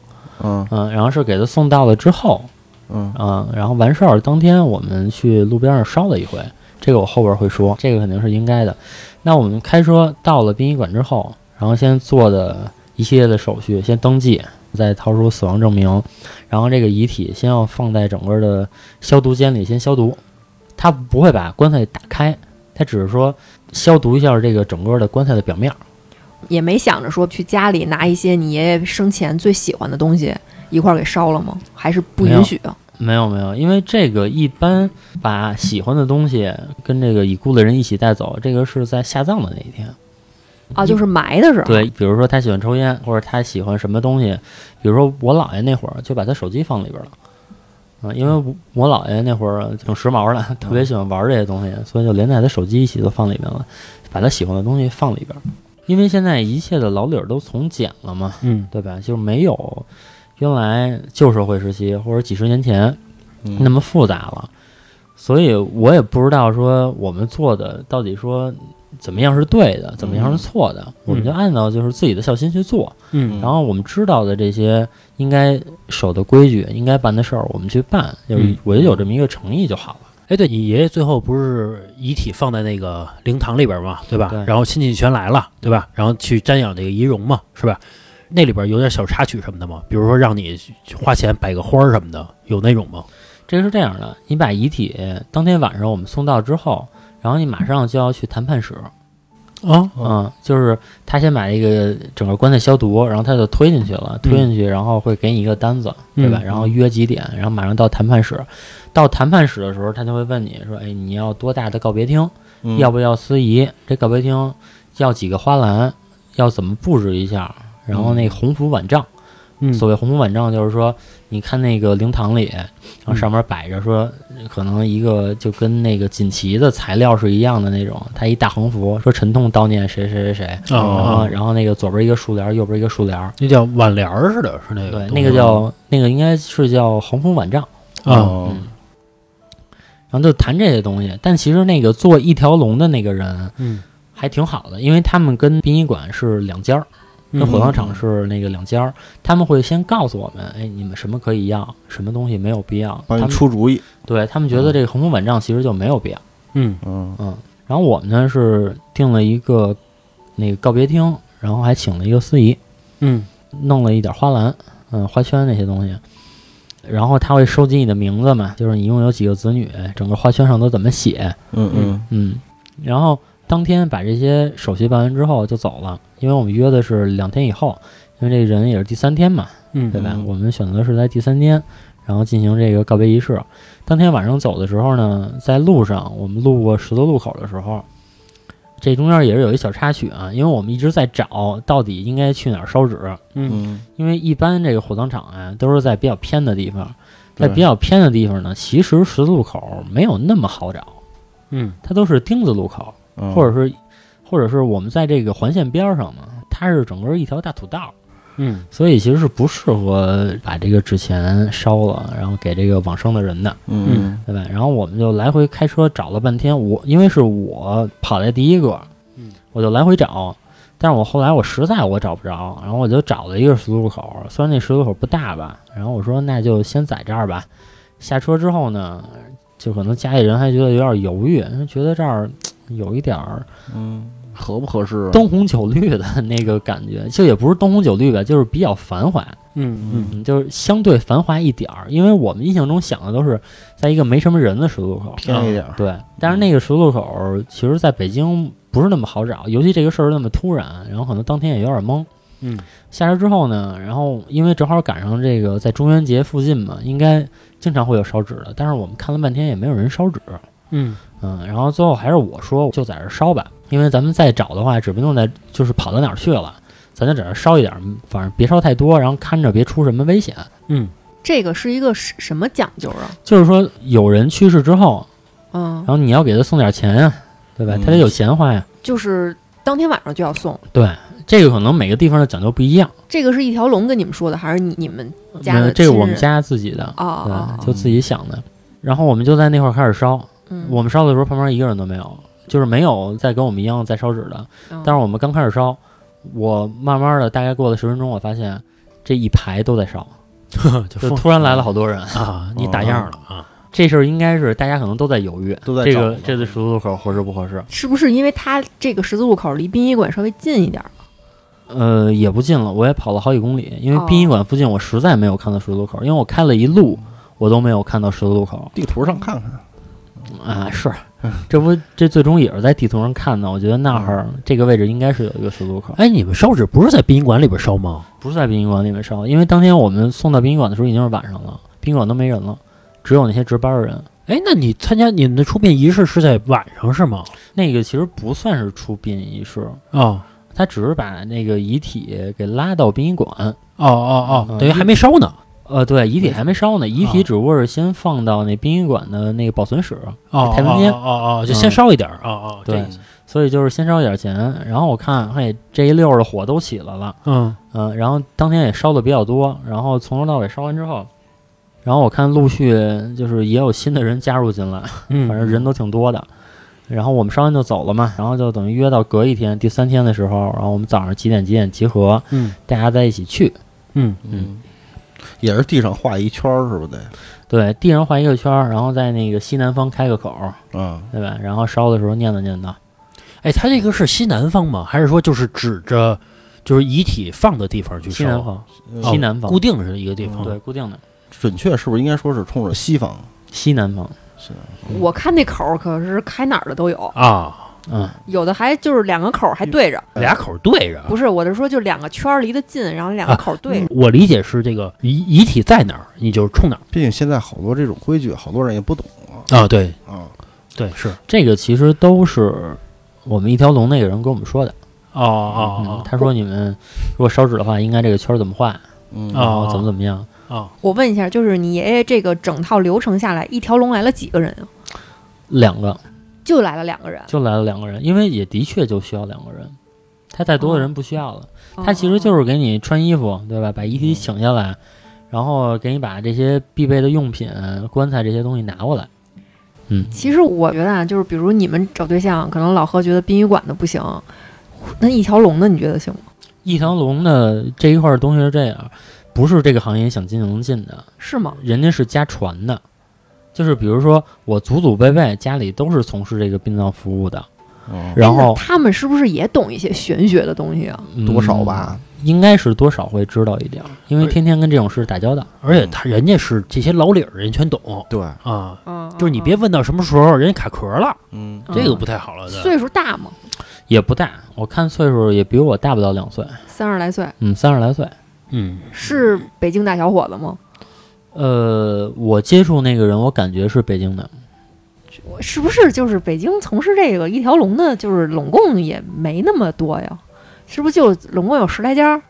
Speaker 3: 嗯
Speaker 1: 嗯，然后是给他送到了之后，
Speaker 3: 嗯
Speaker 1: 嗯，然后完事儿当天我们去路边上烧了一回，这个我后边会说，这个肯定是应该的。那我们开车到了殡仪馆之后，然后先做的一系列的手续，先登记，再掏出死亡证明，然后这个遗体先要放在整个的消毒间里先消毒，他不会把棺材打开，他只是说消毒一下这个整个的棺材的表面儿。
Speaker 4: 也没想着说去家里拿一些你爷爷生前最喜欢的东西一块儿给烧了吗？还是不
Speaker 1: 没有
Speaker 4: 允许？啊
Speaker 1: 没有没有，因为这个一般把喜欢的东西跟这个已故的人一起带走，这个是在下葬的那一天。
Speaker 4: 啊，就是埋的时候。
Speaker 1: 嗯对，比如说他喜欢抽烟，或者他喜欢什么东西，比如说我姥爷那会儿就把他手机放里边了，嗯，因为我我姥爷那会儿挺时髦的， <laughs> 特别喜欢玩这些东西，所以就连带他手机一起都放里边了，把他喜欢的东西放里边。因为现在一切的老理儿都从简了嘛，
Speaker 2: 嗯，
Speaker 1: 对吧？就是没有原来旧社会时期或者几十年前
Speaker 3: 嗯
Speaker 1: 那么复杂了，所以我也不知道说我们做的到底说怎么样是对的，怎么样是错的，我们就按照就是自己的孝心去做，
Speaker 2: 嗯
Speaker 1: 然后我们知道的这些应该守的规矩、应该办的事儿，我们去办，就是
Speaker 2: 嗯
Speaker 1: 我就有这么一个诚意就好了。
Speaker 2: 哎，对你爷爷最后不是遗体放在那个灵堂里边嘛，对吧？
Speaker 1: 对
Speaker 2: 然后亲戚全来了，对吧？然后去瞻仰这个遗容嘛，是吧？那里边有点小插曲什么的吗？比如说让你去花钱摆个花儿什么的，有那种吗？
Speaker 1: 这个是这样的，你把遗体当天晚上我们送到之后，然后你马上就要去谈判室，
Speaker 2: 啊，
Speaker 1: 嗯，就是他先把这个整个棺材消毒，然后他就推进去了，推进去，然后会给你一个单子，对吧？
Speaker 2: 嗯
Speaker 1: 然后约几点，然后马上到谈判室。到谈判室的时候，他就会问你说：“哎，你要多大的告别厅？
Speaker 3: 嗯，
Speaker 1: 要不要司仪？这告别厅要几个花篮？要怎么布置一下？然后那红福挽帐，
Speaker 2: 嗯，
Speaker 1: 所谓红福挽帐就是说，你看那个灵堂里，然后
Speaker 2: 嗯
Speaker 1: 上面摆着说，可能一个就跟那个锦旗的材料是一样的那种，它一大横幅说沉痛悼念谁谁谁谁，
Speaker 2: 哦
Speaker 1: 然后
Speaker 2: 哦
Speaker 1: 啊然后那个左边一个树帘，右边一个树帘，
Speaker 2: 那叫挽帘儿似的，是那个
Speaker 1: 对，
Speaker 2: 东西
Speaker 1: 那个叫那个应该是叫横幅挽帐，
Speaker 2: 啊，
Speaker 3: 哦
Speaker 1: 嗯然后就谈这些东西，但其实那个做一条龙的那个人
Speaker 2: 嗯，
Speaker 1: 还挺好的，因为他们跟殡仪馆是两家儿。跟火葬
Speaker 2: 嗯
Speaker 1: 场是那个两家儿，他们会先告诉我们，哎，你们什么可以要，什么东西没有必要。他
Speaker 3: 帮你
Speaker 1: 们
Speaker 3: 出主意。
Speaker 1: 对他们觉得这个横风板账其实就没有必要。
Speaker 2: 嗯
Speaker 3: 嗯
Speaker 1: 嗯，然后我们呢是定了一个那个告别厅，然后还请了一个司仪，
Speaker 2: 嗯
Speaker 1: 弄了一点花篮，嗯，花圈那些东西。然后他会收集你的名字嘛，就是你一共有几个子女，整个花圈上都怎么写，
Speaker 3: 嗯嗯
Speaker 1: 嗯，然后当天把这些手续办完之后就走了，因为我们约的是两天以后，因为这人也是第三天嘛，
Speaker 2: 嗯
Speaker 1: 对吧？
Speaker 3: 嗯
Speaker 1: 我们选择是在第三天，然后进行这个告别仪式。当天晚上走的时候呢，在路上我们路过十字路口的时候，这中间也是有一小插曲啊，因为我们一直在找到底应该去哪儿烧纸，
Speaker 2: 嗯
Speaker 3: 嗯，
Speaker 1: 因为一般这个火葬场啊都是在比较偏的地方，在
Speaker 3: 对
Speaker 1: 比较偏的地方呢，其实十字路口没有那么好找，
Speaker 2: 嗯
Speaker 1: 它都是丁字路口，
Speaker 3: 嗯
Speaker 1: 或者是或者是我们在这个环线边儿上嘛，它是整个一条大土道。
Speaker 2: 嗯
Speaker 1: 所以其实是不适合把这个纸钱烧了，然后给这个往生的人的，
Speaker 3: 嗯
Speaker 1: 对吧？然后我们就来回开车找了半天，我因为是我跑在第一个，
Speaker 2: 嗯，
Speaker 1: 我就来回找，但是我后来我实在我找不着，然后我就找了一个十字路口，虽然那十字路口不大吧，然后我说那就先在这儿吧。下车之后呢，就可能家里人还觉得有点犹豫，觉得这儿有一点儿
Speaker 3: 嗯，合不合适啊？
Speaker 1: 灯红酒绿的那个感觉，就也不是灯红酒绿吧，就是比较繁华。
Speaker 2: 嗯
Speaker 1: 嗯，就是相对繁华一点儿，因为我们印象中想的都是在一个没什么人的十字路口。
Speaker 3: 偏一点儿，
Speaker 1: 对，但是那个十字路口儿其实在北京不是那么好找，尤其这个事儿那么突然，然后可能当天也有点懵。
Speaker 2: 嗯
Speaker 1: 下车之后呢，然后因为正好赶上这个在中元节附近嘛，应该经常会有烧纸的，但是我们看了半天也没有人烧纸。
Speaker 2: 嗯
Speaker 1: 嗯，然后最后还是我说就在这儿烧吧，因为咱们再找的话，指不定在就是跑到哪儿去了，咱就在这儿烧一点儿，反正别烧太多，然后看着别出什么危险。
Speaker 2: 嗯
Speaker 4: 这个是一个什什么讲究啊？
Speaker 1: 就是说有人去世之后，然
Speaker 4: 嗯，
Speaker 1: 后你要给他送点钱呀、对吧？
Speaker 3: 嗯
Speaker 1: 他得有钱花呀。
Speaker 4: 就是当天晚上就要送。
Speaker 1: 对，这个可能每个地方的讲究不一样。
Speaker 4: 这个是一条龙跟你们说的，还是你你们
Speaker 1: 嗯
Speaker 4: 家的亲人？
Speaker 1: 这个我们家自己的，
Speaker 4: 哦
Speaker 1: 对，
Speaker 4: 哦，哦
Speaker 1: 就自己想的。然后我们就在那块儿开始烧，
Speaker 4: 嗯，
Speaker 1: 我们烧的时候旁边一个人都没有，就是没有再跟我们一样在烧纸的。
Speaker 4: 嗯
Speaker 1: 但是我们刚开始烧，我慢慢的大概过了十分钟，我发现这一排都在烧，
Speaker 2: 嗯， <laughs> 就
Speaker 1: 就
Speaker 2: 疯
Speaker 1: 突然来了好多人。
Speaker 2: <laughs> 啊，你打样了啊？
Speaker 1: 这事儿应该是大家可能都在犹豫，
Speaker 3: 都在
Speaker 1: 这
Speaker 3: 找
Speaker 1: 个
Speaker 3: 呢
Speaker 1: 这次十字路口合适不合适。
Speaker 4: 是不是因为它这个十字路口离殡仪馆稍微近一点儿？
Speaker 1: 呃，也不近了，我也跑了好几公里，因
Speaker 4: 哦
Speaker 1: 为殡仪馆附近我实在没有看到十字路口，因为我开了一路，我都没有看到十字路口
Speaker 3: 地图上看看，
Speaker 1: 啊。是，这不这最终也是在地图上看的，我觉得那儿这个位置应该是有一个十字路口，
Speaker 2: 哎，你们烧纸不是在殡仪馆里边烧吗？
Speaker 1: 不是在殡仪馆里面烧，因为当天我们送到殡仪馆的时候已经是晚上了，殡仪馆都没人了，只有那些值班的人。
Speaker 2: 哎，那你参加你们的出殡仪式是在晚上是吗？
Speaker 1: 那个其实不算是出殡仪式，
Speaker 2: 哦
Speaker 1: 他只是把那个遗体给拉到殡仪馆，
Speaker 2: 哦哦哦，
Speaker 1: 嗯
Speaker 2: 等于还没烧呢。
Speaker 1: 呃，对，遗体还没啊烧呢，遗
Speaker 2: 哦
Speaker 1: 体只不过是先放到那殡仪馆的那个保存室。
Speaker 2: 哦
Speaker 1: 太平间
Speaker 2: 哦哦哦，就先烧一点儿。哦哦，这
Speaker 1: 对
Speaker 2: 意思，
Speaker 1: 所以就是先烧一点钱，然后我看，嘿，这一溜儿的火都起来了，
Speaker 2: 嗯
Speaker 1: 嗯、然后当天也烧的比较多，然后从头到尾烧完之后，然后我看陆续就是也有新的人加入进来，
Speaker 2: 嗯，
Speaker 1: 反正人都挺多的。然后我们烧完就走了嘛，然后就等于约到隔一天，第三天的时候，然后我们早上几点几点集合，
Speaker 2: 嗯
Speaker 1: 大家在一起去。
Speaker 2: 嗯
Speaker 3: 嗯，也是地上画一圈儿，是不是得？
Speaker 1: 对，地上画一个圈儿，然后在那个西南方开个口儿，
Speaker 3: 嗯，
Speaker 1: 对吧？然后烧的时候念叨念叨，
Speaker 2: 哎，他这个是西南方吗？还是说就是指着就是遗体放的地方去烧？啊
Speaker 1: 西南方，
Speaker 3: 呃
Speaker 1: 西南方
Speaker 2: 固定是一个地方。
Speaker 1: 对，固定的
Speaker 3: 准确是不是应该说是冲着西方？
Speaker 1: 西南方，
Speaker 4: 我看那口儿可是开哪儿的都有，
Speaker 2: 啊，
Speaker 1: 嗯，
Speaker 4: 有的还就是两个口儿还对着。
Speaker 2: 俩口儿对着。啊
Speaker 4: 不是，我是说就两个圈儿离得近，然后两个
Speaker 1: 啊
Speaker 4: 口儿
Speaker 1: 嗯
Speaker 4: 对着。
Speaker 2: 嗯我理解是这个遗遗体在哪儿，你就冲哪
Speaker 3: 毕竟现在好多这种规矩，好多人也不懂
Speaker 2: 儿啊。对
Speaker 3: 啊。
Speaker 2: 对是。
Speaker 1: 这个其实都是我们一条龙那个人跟我们说的。
Speaker 2: 哦
Speaker 1: 嗯
Speaker 2: 哦
Speaker 1: 他说你们如果烧纸的话，应该这个圈儿怎么画，
Speaker 3: 嗯
Speaker 1: 然
Speaker 2: 啊
Speaker 1: 后怎么怎么样。
Speaker 2: 哦哦，
Speaker 4: 我问一下，就是你爷爷这个整套流程下来，一条龙来了几个人啊？
Speaker 1: 两个
Speaker 4: 就来了两个人。
Speaker 1: 就来了两个人，因为也的确就需要两个人，他再
Speaker 2: 哦
Speaker 1: 多的人不需要了。
Speaker 4: 哦
Speaker 1: 他其实
Speaker 4: 是
Speaker 1: 就是给你穿衣服，对吧？把遗
Speaker 2: 嗯
Speaker 1: 体请下来，然后给你把这些必备的用品、棺材这些东西拿过来。嗯，
Speaker 4: 其实我觉得啊，就是比如你们找对象，可能老何觉得殡仪馆的不行，那一条龙的你觉得行吗？
Speaker 1: 一条龙的这一块儿东西是这样，不是这个行业想进就能进的，
Speaker 4: 是吗？
Speaker 1: 人家是家传的，就是比如说我祖祖辈辈家里都是从事这个殡葬服务的，
Speaker 3: 嗯
Speaker 1: 然后
Speaker 4: 那他们是不是也懂一些玄学的东西啊？
Speaker 1: 嗯
Speaker 3: 多少吧，
Speaker 1: 应该是多少会知道一点儿，因为天天跟这种事打交道。
Speaker 2: 而且他人家是这些老理儿，人全懂
Speaker 3: 对，
Speaker 2: 嗯啊。
Speaker 4: 嗯，
Speaker 2: 就是你别问到什么时候，人家卡壳了，
Speaker 3: 嗯
Speaker 2: 这个不太好了。
Speaker 4: 嗯
Speaker 2: 对
Speaker 4: 岁数大嘛，
Speaker 1: 也不大，我看岁数也比我大不到两岁，
Speaker 4: 三十来岁，
Speaker 1: 嗯，三十来岁。
Speaker 2: 嗯，
Speaker 4: 是北京大小伙子吗？
Speaker 1: 呃，我接触那个人，我感觉是北京的，
Speaker 4: 我是不是就是北京从事这个一条龙的，就是拢共也没那么多呀？是不是就拢共有十来家儿？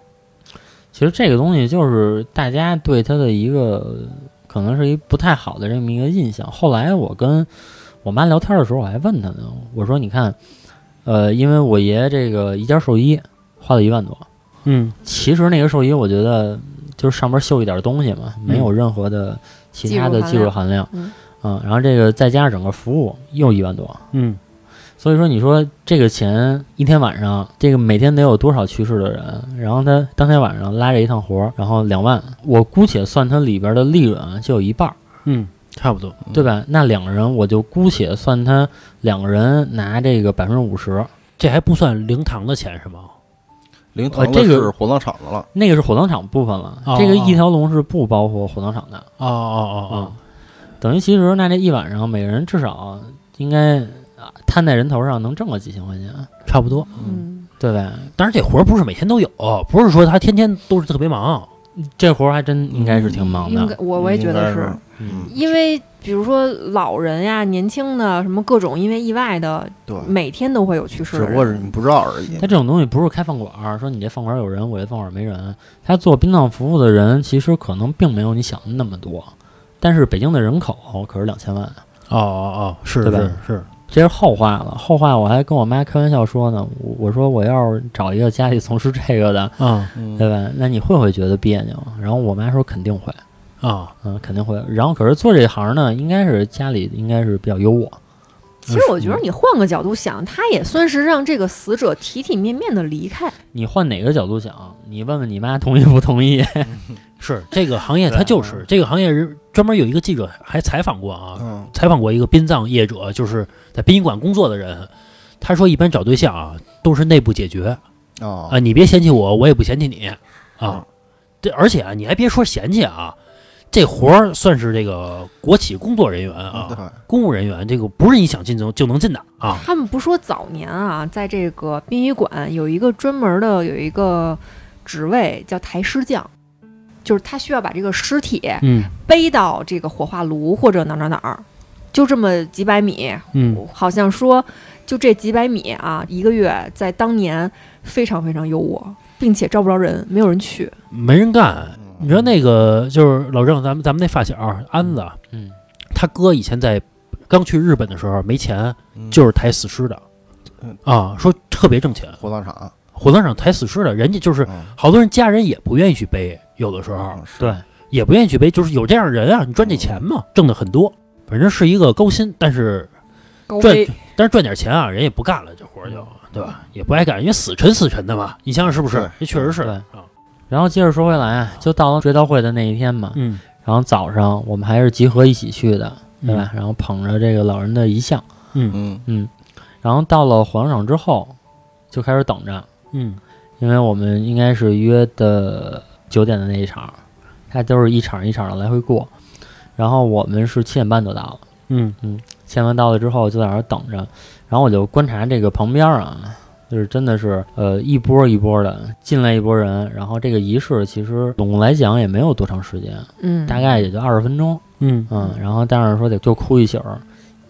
Speaker 1: 其实这个东西就是大家对他的一个，可能是一不太好的这么一个印象。后来我跟我妈聊天的时候，我还问她呢，我说：“你看，呃，因为我爷这个一件寿衣花了一万多，
Speaker 2: 嗯，
Speaker 1: 其实那个寿衣我觉得就是上面绣一点东西嘛，
Speaker 2: 嗯
Speaker 1: 没有任何的其他的技术含量。
Speaker 4: 技术含量
Speaker 1: 嗯，然后这个再加上整个服务又一万多，
Speaker 2: 嗯，
Speaker 1: 所以说，你说这个钱一天晚上，这个每天得有多少去世的人？然后他当天晚上拉着一趟活儿，然后两万，我姑且算他里边的利润就有一半儿，
Speaker 2: 嗯，差不多。
Speaker 1: 对吧？那两个人，我就姑且算他两个人拿这个百分之五十，
Speaker 2: 这还不算灵堂的钱是吗？
Speaker 3: 灵堂
Speaker 1: 呃
Speaker 3: 的
Speaker 1: 这个
Speaker 3: 是火葬场的了，
Speaker 1: 那个是火葬场部分了
Speaker 2: 哦。
Speaker 1: 这个一条龙是不包括火葬场的
Speaker 2: 哦
Speaker 1: 啊。
Speaker 2: 哦
Speaker 1: 等于其实那这一晚上，每个人至少应该啊摊在人头上能挣个几千块钱，
Speaker 2: 哦，差不多。
Speaker 4: 嗯，
Speaker 1: 对吧？
Speaker 2: 当然这活儿不是每天都有，不是说他天天都是特别忙。
Speaker 1: 这活儿还真应该是挺忙
Speaker 4: 嗯应
Speaker 1: 的
Speaker 4: 该。我我也觉得
Speaker 3: 应该
Speaker 4: 是
Speaker 3: 是，嗯，
Speaker 4: 因为比如说老人呀、年轻的什么各种因为意外的，
Speaker 3: 对，
Speaker 4: 每天都会有去世
Speaker 3: 只
Speaker 4: 的
Speaker 3: 不过
Speaker 4: 人。
Speaker 3: 是你不知道而已
Speaker 1: 他。这种东西不是开饭馆儿，说你这饭馆儿有人，我这饭馆儿没人。他做殡葬服务的人其实可能并没有你想的那么多，但是北京的人口可是两千万，
Speaker 2: 哦哦哦，是
Speaker 1: 对吧
Speaker 2: 是是，
Speaker 1: 这是后话了。后话我还跟我妈开玩笑说呢，我我说我要是找一个家里从事这个的，
Speaker 2: 啊
Speaker 3: 嗯
Speaker 1: 对吧？那你会不会觉得别扭？然后我妈说肯定会，
Speaker 2: 啊，
Speaker 1: 嗯，肯定会。然后可是做这行呢，应该是家里应该是比较优渥，
Speaker 4: 其实我觉得你换个角度想，他也算是让这个死者体体面面的离开。
Speaker 1: 你换哪个角度想，你问问你妈同意不同
Speaker 2: <laughs>
Speaker 1: 意？
Speaker 2: 是这个行业，它就是这个行业人专门有一个记者还采访过啊，
Speaker 3: 嗯
Speaker 2: 采访过一个殡葬业者，就是在殡仪馆工作的人，他说一般找对象啊都是内部解决
Speaker 3: 哦
Speaker 2: 啊，你别嫌弃我，我也不嫌弃你啊
Speaker 3: 嗯。
Speaker 2: 这而且啊，你还别说嫌弃啊，这活儿算是这个国企工作人员啊，
Speaker 3: 嗯对，
Speaker 2: 公务人员这个不是你想进就就能进的啊。
Speaker 4: 他们不说早年啊，在这个殡仪馆有一个专门的有一个职位叫抬尸匠，就是他需要把这个尸体
Speaker 2: 嗯
Speaker 4: 背到这个火化炉或者哪儿哪儿哪儿，就这么几百米，
Speaker 2: 嗯
Speaker 4: 好像说就这几百米啊，一个月在当年非常非常优渥，并且招不着人，没有人去。
Speaker 2: 没人干。
Speaker 3: 嗯
Speaker 2: 你说那个就是老郑，咱们咱们那发小安子，
Speaker 1: 嗯，
Speaker 2: 他哥以前在刚去日本的时候没钱，
Speaker 3: 嗯
Speaker 2: 就是抬死尸的
Speaker 3: 嗯，
Speaker 2: 啊，说特别挣钱，
Speaker 3: 火葬场，
Speaker 2: 火葬场抬死尸的，人家就是
Speaker 3: 嗯
Speaker 2: 好多人家人也不愿意去背，有的时候
Speaker 3: 嗯是
Speaker 1: 对，
Speaker 2: 也不愿意去背，就是有这样的人啊，你赚这钱嘛，挣的很多，反正是一个高薪，但是
Speaker 4: 高
Speaker 2: 这但是赚点钱啊，人也不干了，这活儿就对吧？也不爱干，因为死沉死沉的嘛，你想想是不是
Speaker 3: 对？
Speaker 2: 这确实是
Speaker 1: 对
Speaker 2: 啊，
Speaker 1: 然后接着说回来啊，就到了追悼会的那一天嘛，
Speaker 2: 嗯，
Speaker 1: 然后早上我们还是集合一起去的，对
Speaker 2: 嗯
Speaker 1: 吧？？然后捧着这个老人的遗像，
Speaker 3: 嗯
Speaker 1: 嗯，然后到了火葬场之后，就开始等着，
Speaker 2: 嗯
Speaker 1: 因为我们应该是约的九点的那一场，它都是一场一场的来回过，然后我们是七点半就到了，
Speaker 2: 嗯
Speaker 1: 七点半到了之后就在那儿等着，然后我就观察这个旁边啊。就是真的是，呃，一波一波的进来一波人，然后这个仪式其实总共来讲也没有多长时间，
Speaker 4: 嗯，
Speaker 1: 大概也就二十分钟，
Speaker 2: 嗯
Speaker 1: 嗯，然后但是说得就哭一宿儿，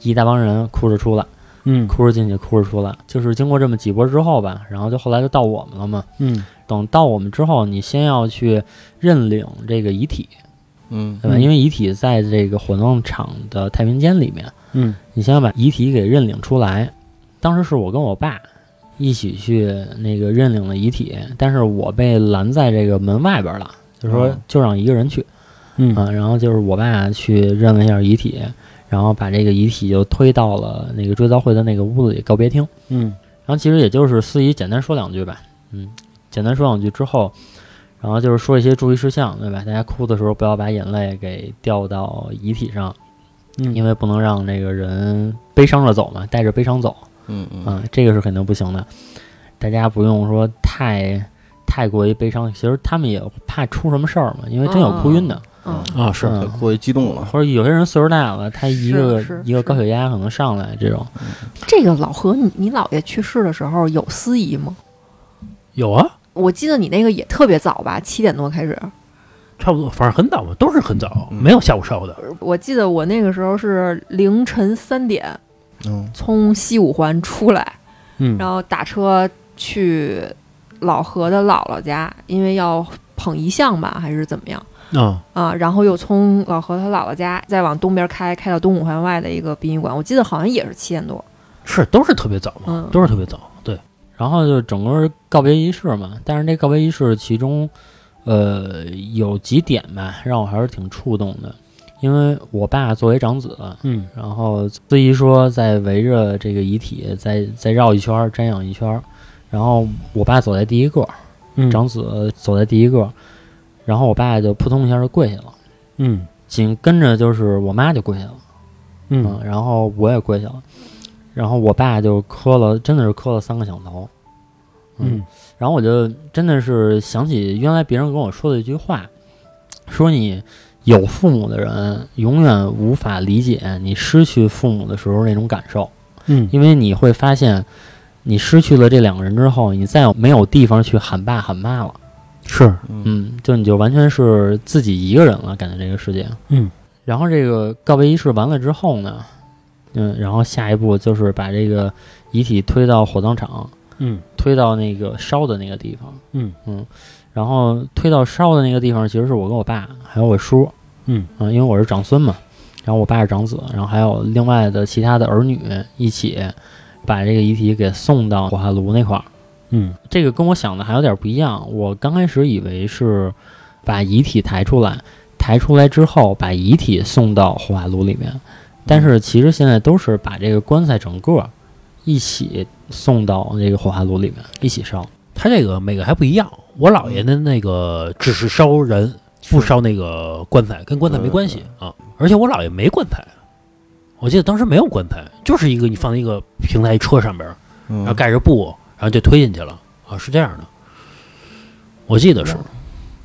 Speaker 1: 一大帮人哭着出来，
Speaker 2: 嗯
Speaker 1: 哭着进去，哭着出来，就是经过这么几波之后吧，然后就后来就到我们了嘛。
Speaker 2: 嗯
Speaker 1: 等到我们之后，你先要去认领这个遗体，
Speaker 3: 嗯
Speaker 1: 对吧？
Speaker 2: 嗯
Speaker 1: 因为遗体在这个火葬场的太平间里面，
Speaker 2: 嗯
Speaker 1: 你先要把遗体给认领出来。当时是我跟我爸一起去那个认领了遗体，但是我被拦在这个门外边儿了，就说
Speaker 3: 嗯
Speaker 1: 就让一个人去。
Speaker 2: 哦嗯
Speaker 1: 啊，然后就是我爸去认了一下遗体，然后把这个遗体就推到了那个追悼会的那个屋子里告别厅。
Speaker 2: 嗯
Speaker 1: 然后其实也就是司仪简单说两句吧，嗯，简单说两句之后，然后就是说一些注意事项，对吧？大家哭的时候不要把眼泪给掉到遗体上，
Speaker 2: 嗯，
Speaker 1: 因为不能让那个人悲伤着走嘛，带着悲伤走啊
Speaker 3: 嗯嗯
Speaker 1: 啊，这个是肯定不行的。大家不用说太太过于悲伤，其实他们也怕出什么事儿嘛，因为真有哭晕的，
Speaker 4: 嗯，
Speaker 2: 啊，是
Speaker 1: 嗯
Speaker 3: 过于激动了，
Speaker 1: 或者有些人岁数大了，他一个
Speaker 4: 是是
Speaker 1: 一个高血压可能上来这种，
Speaker 4: 这个老何，你你姥爷去世的时候有司仪吗？
Speaker 2: 有啊，
Speaker 4: 我记得你那个也特别早吧，七点多开始。
Speaker 2: 差不多，反正很早嘛，都是很早，
Speaker 3: 嗯
Speaker 2: 没有下午烧的。
Speaker 4: 我记得我那个时候是凌晨三点
Speaker 3: 嗯，
Speaker 4: 从西五环出来，
Speaker 2: 嗯
Speaker 4: 然后打车去老何的姥姥家，因为要捧遗像吧，还是怎么样
Speaker 2: 啊，
Speaker 4: 啊？然后又从老何他姥姥家再往东边开，开到东五环外的一个殡仪馆，我记得好像也是七点多。
Speaker 2: 是都是特别早嘛
Speaker 4: 嗯，
Speaker 2: 都是特别早。对，
Speaker 1: 然后就整个告别仪式嘛。但是这告别仪式其中，呃，有几点吧，让我还是挺触动的，因为我爸作为长子，啊
Speaker 2: 嗯
Speaker 1: 然后司仪说再围着这个遗体再再绕一圈儿，瞻仰一圈儿，然后我爸走在第一个，
Speaker 2: 嗯
Speaker 1: 长子走在第一个，然后我爸就扑通一下就跪下了，
Speaker 2: 嗯
Speaker 1: 紧跟着就是我妈就跪下了。
Speaker 2: 嗯
Speaker 1: 嗯，然后我也跪下了，然后我爸就磕了，真的是磕了三个响头。
Speaker 2: 嗯
Speaker 1: 然后我就真的是想起原来别人跟我说的一句话，说你有父母的人永远无法理解你失去父母的时候那种感受，
Speaker 2: 嗯
Speaker 1: 因为你会发现，你失去了这两个人之后，你再也没有地方去喊爸喊妈了。
Speaker 2: 是
Speaker 1: 嗯，就你就完全是自己一个人了，感觉这个世界。
Speaker 2: 嗯，
Speaker 1: 然后这个告别仪式完了之后呢，嗯，然后下一步就是把这个遗体推到火葬场，
Speaker 2: 嗯
Speaker 1: 推到那个烧的那个地方，
Speaker 2: 嗯
Speaker 1: 然后推到烧的那个地方，其实是我跟我爸还有我叔，啊
Speaker 2: 嗯
Speaker 1: 因为我是长孙嘛，然后我爸是长子，然后还有另外的其他的儿女一起把这个遗体给送到火化炉那块儿。
Speaker 2: 嗯
Speaker 1: 这个跟我想的还有点不一样。我刚开始以为是把遗体抬出来，抬出来之后把遗体送到火化炉里面，但是其实现在都是把这个棺材整个一起送到这个火化炉里面一起烧。
Speaker 2: 他这个每个还不一样。我姥爷的那个只是烧人，不烧那个棺材，跟棺材没关系啊。而且我姥爷没棺材，我记得当时没有棺材，就是一个你放在一个平台一车上边儿，
Speaker 3: 嗯
Speaker 2: 然后盖着布，然后就推进去了啊，是这样的。我记得是，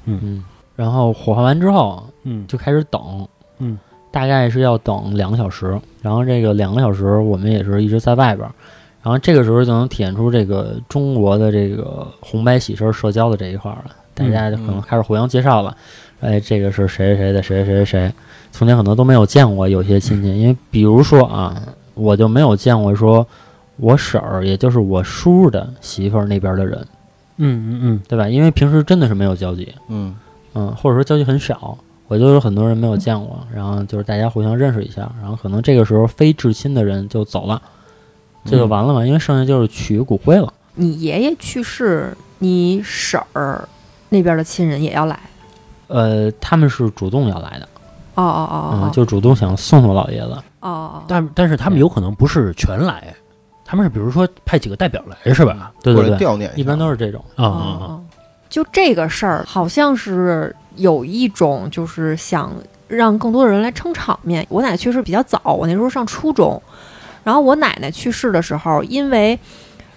Speaker 1: 嗯，然后火化完之后
Speaker 2: 嗯
Speaker 1: 就开始等，
Speaker 2: 嗯，
Speaker 1: 大概是要等两个小时。然后这个两个小时我们也是一直在外边儿。然后这个时候就能体现出这个中国的这个红白喜事儿社交的这一块儿了，大家就可能开始互相介绍了。哎，这个是谁谁谁的谁谁谁谁，从前可能都没有见过有些亲戚，因为比如说啊，我就没有见过说我婶儿，也就是我叔的媳妇儿那边儿的人，
Speaker 2: 嗯嗯嗯，
Speaker 1: 对吧？因为平时真的是没有交集。
Speaker 3: 嗯
Speaker 1: 嗯，或者说交集很少，我就有很多人没有见过，然后就是大家互相认识一下，然后可能这个时候非至亲的人就走了，这就完了嘛，因为剩下就是取骨灰了。
Speaker 4: 你爷爷去世，你婶儿那边的亲人也要来。
Speaker 1: 呃，他们是主动要来的，
Speaker 4: 哦哦哦哦
Speaker 1: 嗯，
Speaker 4: 哦
Speaker 1: 就主动想送送老爷子。
Speaker 4: 哦哦，
Speaker 2: 但但是他们有可能不是全来，他们是比如说派几个代表来是吧？
Speaker 1: 对
Speaker 3: 过
Speaker 1: 对
Speaker 3: 来
Speaker 1: 对，
Speaker 3: 悼念
Speaker 1: 一般
Speaker 3: 都
Speaker 1: 都是这种。
Speaker 2: 啊
Speaker 4: 哦
Speaker 2: 啊
Speaker 4: 哦
Speaker 2: 啊，
Speaker 4: 哦就这个事儿，好像是有一种就是想让更多的人来撑场面。我奶奶去世比较早，我那时候上初中，然后我奶奶去世的时候，因为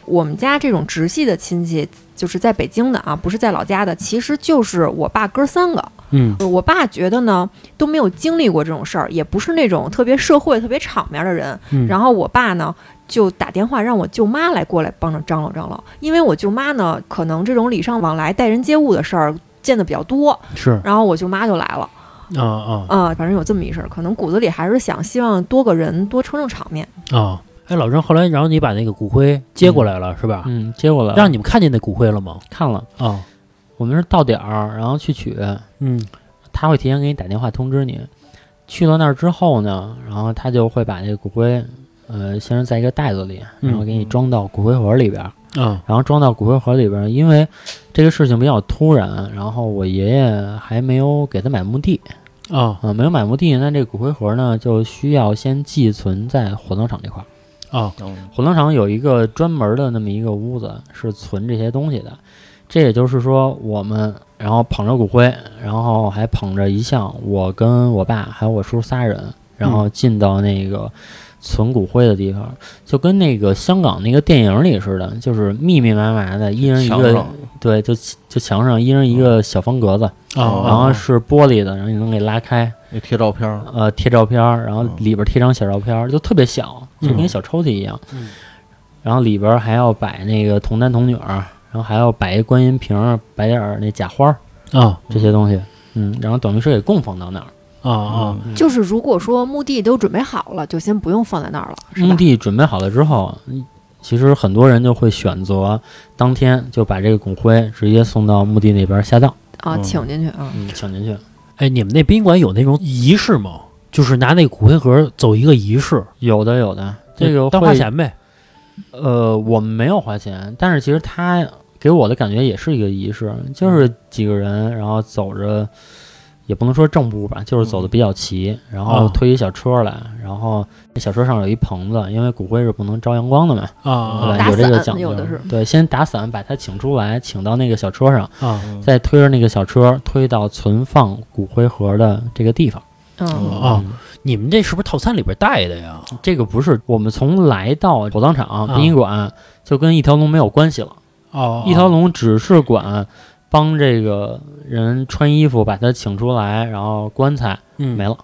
Speaker 4: 我们家这种直系的亲戚。就是在北京的啊，不是在老家的，其实就是我爸哥三个，
Speaker 2: 嗯
Speaker 4: 我爸觉得呢都没有经历过这种事儿，也不是那种特别社会、特别场面的人。
Speaker 2: 嗯
Speaker 4: 然后我爸呢就打电话让我舅妈来过来帮着张罗张罗，因为我舅妈呢可能这种礼尚往来、待人接物的事儿见的比较多，
Speaker 2: 是啊
Speaker 4: 然后我舅妈就来了。
Speaker 2: 啊
Speaker 4: 啊、反正有这么一事儿，可能骨子里还是想希望多个人多撑撑场面。
Speaker 2: 啊！哎，老郑，后来然后你把那个骨灰接过来了是吧？
Speaker 1: 嗯，接过来了
Speaker 2: 让你们看见那骨灰了吗？
Speaker 1: 看了，
Speaker 2: 啊，
Speaker 1: 我们是到点儿，然后去取，
Speaker 2: 嗯
Speaker 1: 他会提前给你打电话通知你。去到那儿之后呢，然后他就会把这个骨灰，呃，先是在一个袋子里，然后给你
Speaker 3: 嗯
Speaker 1: 装到骨灰盒里边儿。
Speaker 2: 啊
Speaker 1: 然后装到骨灰盒里边儿。因为这个事情比较突然，然后我爷爷还没有给他买墓地
Speaker 2: 啊
Speaker 1: 啊、没有买墓地，那这骨灰盒呢就需要先寄存在火葬场这块儿。
Speaker 2: 啊！
Speaker 3: 嗯
Speaker 1: 火葬场有一个专门的那么一个屋子是存这些东西的，这也就是说我们然后捧着骨灰，然后还捧着遗像，我跟我爸还有我叔仨人，然后进到那个。存骨灰的地方，就跟那个香港那个电影里似的，就是密密麻麻的，一人一
Speaker 3: 墙
Speaker 1: 个
Speaker 3: 上，
Speaker 1: 对，就就墙上一人一个小方格子，
Speaker 2: 啊
Speaker 3: 哦
Speaker 1: 然后是玻璃的，然后你能给拉开，
Speaker 3: 那贴照片儿，
Speaker 1: 呃，贴照片儿，然后
Speaker 3: 嗯
Speaker 1: 里边儿贴张小照片儿，就特别小，就跟
Speaker 2: 嗯
Speaker 1: 小抽屉一样。
Speaker 2: 嗯
Speaker 1: 然后里边儿还要摆那个童男童女儿，然后还要摆一观音瓶儿，摆点儿那假花儿
Speaker 2: 啊
Speaker 1: 这些东西。嗯，然后等于是给供奉到那儿，
Speaker 2: 啊啊，
Speaker 3: 嗯
Speaker 4: 就是如果说墓地都准备好了，就先不用放在那儿了，是吧？
Speaker 1: 墓地准备好了之后，嗯其实很多人就会选择当天就把这个骨灰直接送到墓地那边儿下葬，
Speaker 4: 啊，
Speaker 3: 嗯
Speaker 4: 请进去啊。
Speaker 1: 嗯，请进去。
Speaker 2: 哎，你们那殡仪馆有那种仪式吗？就是拿那个骨灰盒走一个仪式，
Speaker 1: 有的有的，这个
Speaker 2: 当
Speaker 1: 会
Speaker 2: 花钱呗。
Speaker 1: 呃，我们没有花钱，但是其实他给我的感觉也是一个仪式，就是几个人，然后走着，也不能说正步吧，就是走的比较齐，然后
Speaker 2: 哦
Speaker 1: 推一小车来，然后那小车上有一棚子，因为骨灰是不能招阳光的嘛，
Speaker 2: 啊
Speaker 1: 对吧？
Speaker 2: 啊
Speaker 4: 打
Speaker 1: 有这个
Speaker 4: 伞
Speaker 1: 讲究，
Speaker 4: 有的是
Speaker 1: 对，先打伞把它请出来，请到那个小车上，
Speaker 2: 啊！
Speaker 3: 嗯
Speaker 1: 再推着那个小车推到存放骨灰盒的这个地方。
Speaker 4: 嗯，
Speaker 2: 哦
Speaker 1: 嗯
Speaker 2: 你们这是不是套餐里边带的呀？
Speaker 1: 这个不是我们从来到火葬场、
Speaker 2: 啊
Speaker 1: 殡仪馆，就跟一条龙没有关系了。
Speaker 2: 哦
Speaker 1: 一条龙只是管帮这个人穿衣服，把他请出来，然后棺材
Speaker 2: 嗯
Speaker 1: 没了。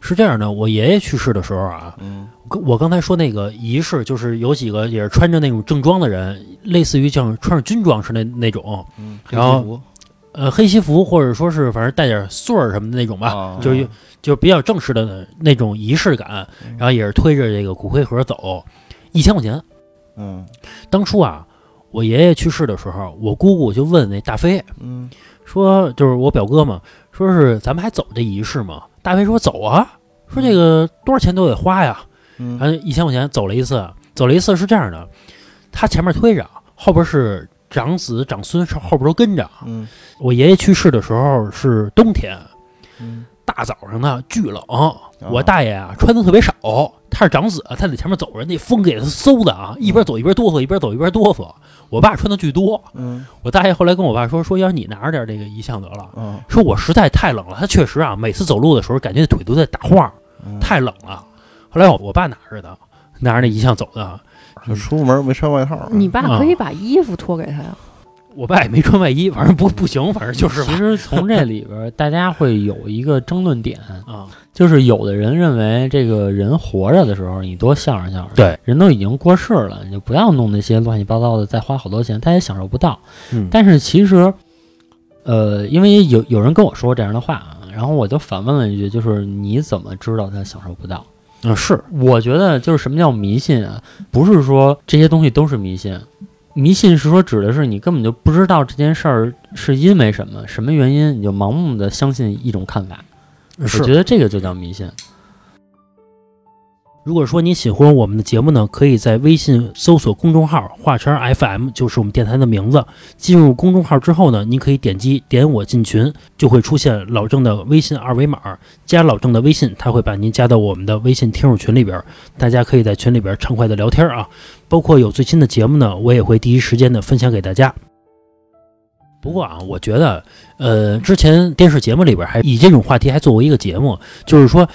Speaker 2: 是这样的，我爷爷去世的时候啊，
Speaker 3: 嗯
Speaker 2: 跟我刚才说那个仪式，就是有几个也是穿着那种正装的人，类似于像穿着军装似的那那种，
Speaker 3: 嗯，
Speaker 2: 然后呃，黑西服或者说是反正带点穗儿什么的那种吧，
Speaker 3: 啊
Speaker 2: 就是就是比较正式的那种仪式感，然后也是推着这个骨灰盒走，一千块钱。
Speaker 3: 嗯
Speaker 2: 当初啊，我爷爷去世的时候，我姑姑就问那大飞
Speaker 3: 嗯
Speaker 2: 说，就是我表哥嘛，说是咱们还走这仪式吗？大飞说走啊，说这个多少钱都得花呀，
Speaker 3: 嗯
Speaker 2: 然后一千块钱走了一次，走了一次是这样的，他前面推着，后边是长子长孙，是后边都跟着。
Speaker 3: 嗯
Speaker 2: 我爷爷去世的时候是冬天，
Speaker 3: 嗯，
Speaker 2: 大早上呢巨冷，我大爷啊穿的特别少，他是长子，他在前面走着，那风给他嗖的啊，一边走一边哆嗦，一边走一边哆嗦。我爸穿的巨多，
Speaker 3: 嗯
Speaker 2: 我大爷后来跟我爸说，说要是你拿着点这个遗像得了。
Speaker 3: 啊
Speaker 2: 说我实在太冷了，他确实啊，每次走路的时候感觉腿都在打晃，
Speaker 3: 嗯
Speaker 2: 太冷了。后来我我爸拿着的，拿着那遗像走的，
Speaker 3: 就出门没穿外套啊儿，
Speaker 4: 你爸可以把衣服脱给他呀。
Speaker 2: 我爸也没穿外衣，反正不不行，反正就是
Speaker 1: 其
Speaker 2: 吧
Speaker 1: 实从这里边儿，大家会有一个争论点， <laughs>
Speaker 2: 啊，
Speaker 1: 就是有的人认为这个人活着的时候，你多孝顺孝顺，
Speaker 2: 对，
Speaker 1: 人都已经过世了，你就不要弄那些乱七八糟的，再花好多钱，他也享受不到。
Speaker 2: 嗯
Speaker 1: 但是其实，呃，因为有有人跟我说这样的话啊，然后我就反问了一句，就是你怎么知道他享受不到？
Speaker 2: 嗯是
Speaker 1: 我觉得就是什么叫迷信啊？不是说这些东西都是迷信，迷信是说指的是你根本就不知道这件事儿是因为什么什么原因，你就盲目的相信一种看法。我觉
Speaker 2: 是。
Speaker 1: 得这个就叫迷信。
Speaker 2: 如果说你喜欢我们的节目呢，可以在微信搜索公众号“画圈 FM”，就是我们电台的名字。进入公众号之后呢，您可以点击“点我进群”，就会出现老郑的微信二维码，加老郑的微信，他会把您加到我们的微信听众群里边儿，大家可以在群里边儿畅快的聊天啊。包括有最新的节目呢，我也会第一时间的分享给大家。不过啊，我觉得，呃，之前电视节目里边儿还以这种话题还作为一个节目，就是说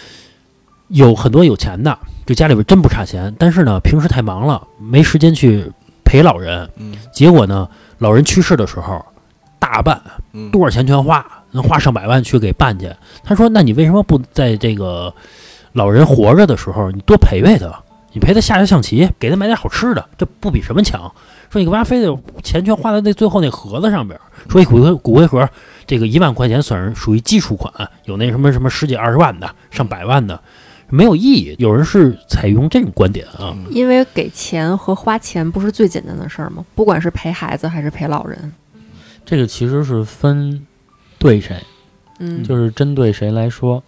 Speaker 2: 有很多有钱的，就家里边真不差钱，但是呢，平时太忙了，没时间去陪老人。
Speaker 3: 嗯
Speaker 2: 结果呢，老人去世的时候，大办
Speaker 3: 嗯
Speaker 2: 多少钱全花，能花上百万去给办去。他说：“那你为什么不在这个老人活着的时候，你多陪陪他？你陪他下下象棋，给他买点好吃的，这不比什么强？”说你干嘛非得钱全花在那最后那盒子上边？说一骨灰骨灰盒，这个一万块钱算是属于基础款，有那什么什么十几二十万的，上百万的，没有意义。有人是采用这种观点啊，
Speaker 3: 嗯
Speaker 4: 因为给钱和花钱不是最简单的事儿吗？不管是陪孩子还是陪老人，
Speaker 1: 这个其实是分对谁，
Speaker 4: 嗯，
Speaker 1: 就是针对谁来说。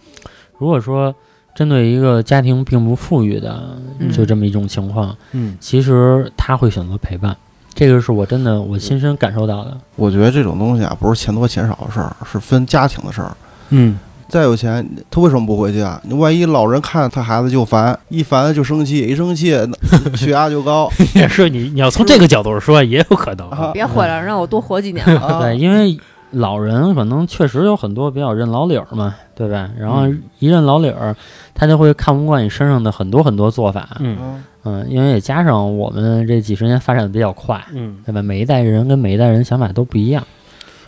Speaker 1: 如果说针对一个家庭并不富裕的，
Speaker 4: 嗯
Speaker 1: 就这么一种情况，
Speaker 2: 嗯
Speaker 1: 其实他会选择陪伴。这个是我真的我亲身感受到的。
Speaker 3: 我觉得这种东西啊，不是钱多钱少的事儿，是分家庭的事儿。
Speaker 2: 嗯
Speaker 3: 再有钱，他为什么不回去啊？你万一老人看他孩子就烦，一烦就生气，一生气那血压就高
Speaker 2: <laughs> 也是你你要从这个角度说，也有可能啊
Speaker 3: 啊。
Speaker 4: 别回来了，让我多活几年了。
Speaker 3: 啊！
Speaker 1: 对，因为老人可能确实有很多比较认老理儿嘛，对吧？然后一认老理儿，他就会看不惯你身上的很多很多做法。
Speaker 2: 嗯
Speaker 3: 嗯
Speaker 1: 嗯，因为也加上我们这几十年发展的比较快，
Speaker 2: 嗯，
Speaker 1: 对吧？每一代人跟每一代人想法都不一样。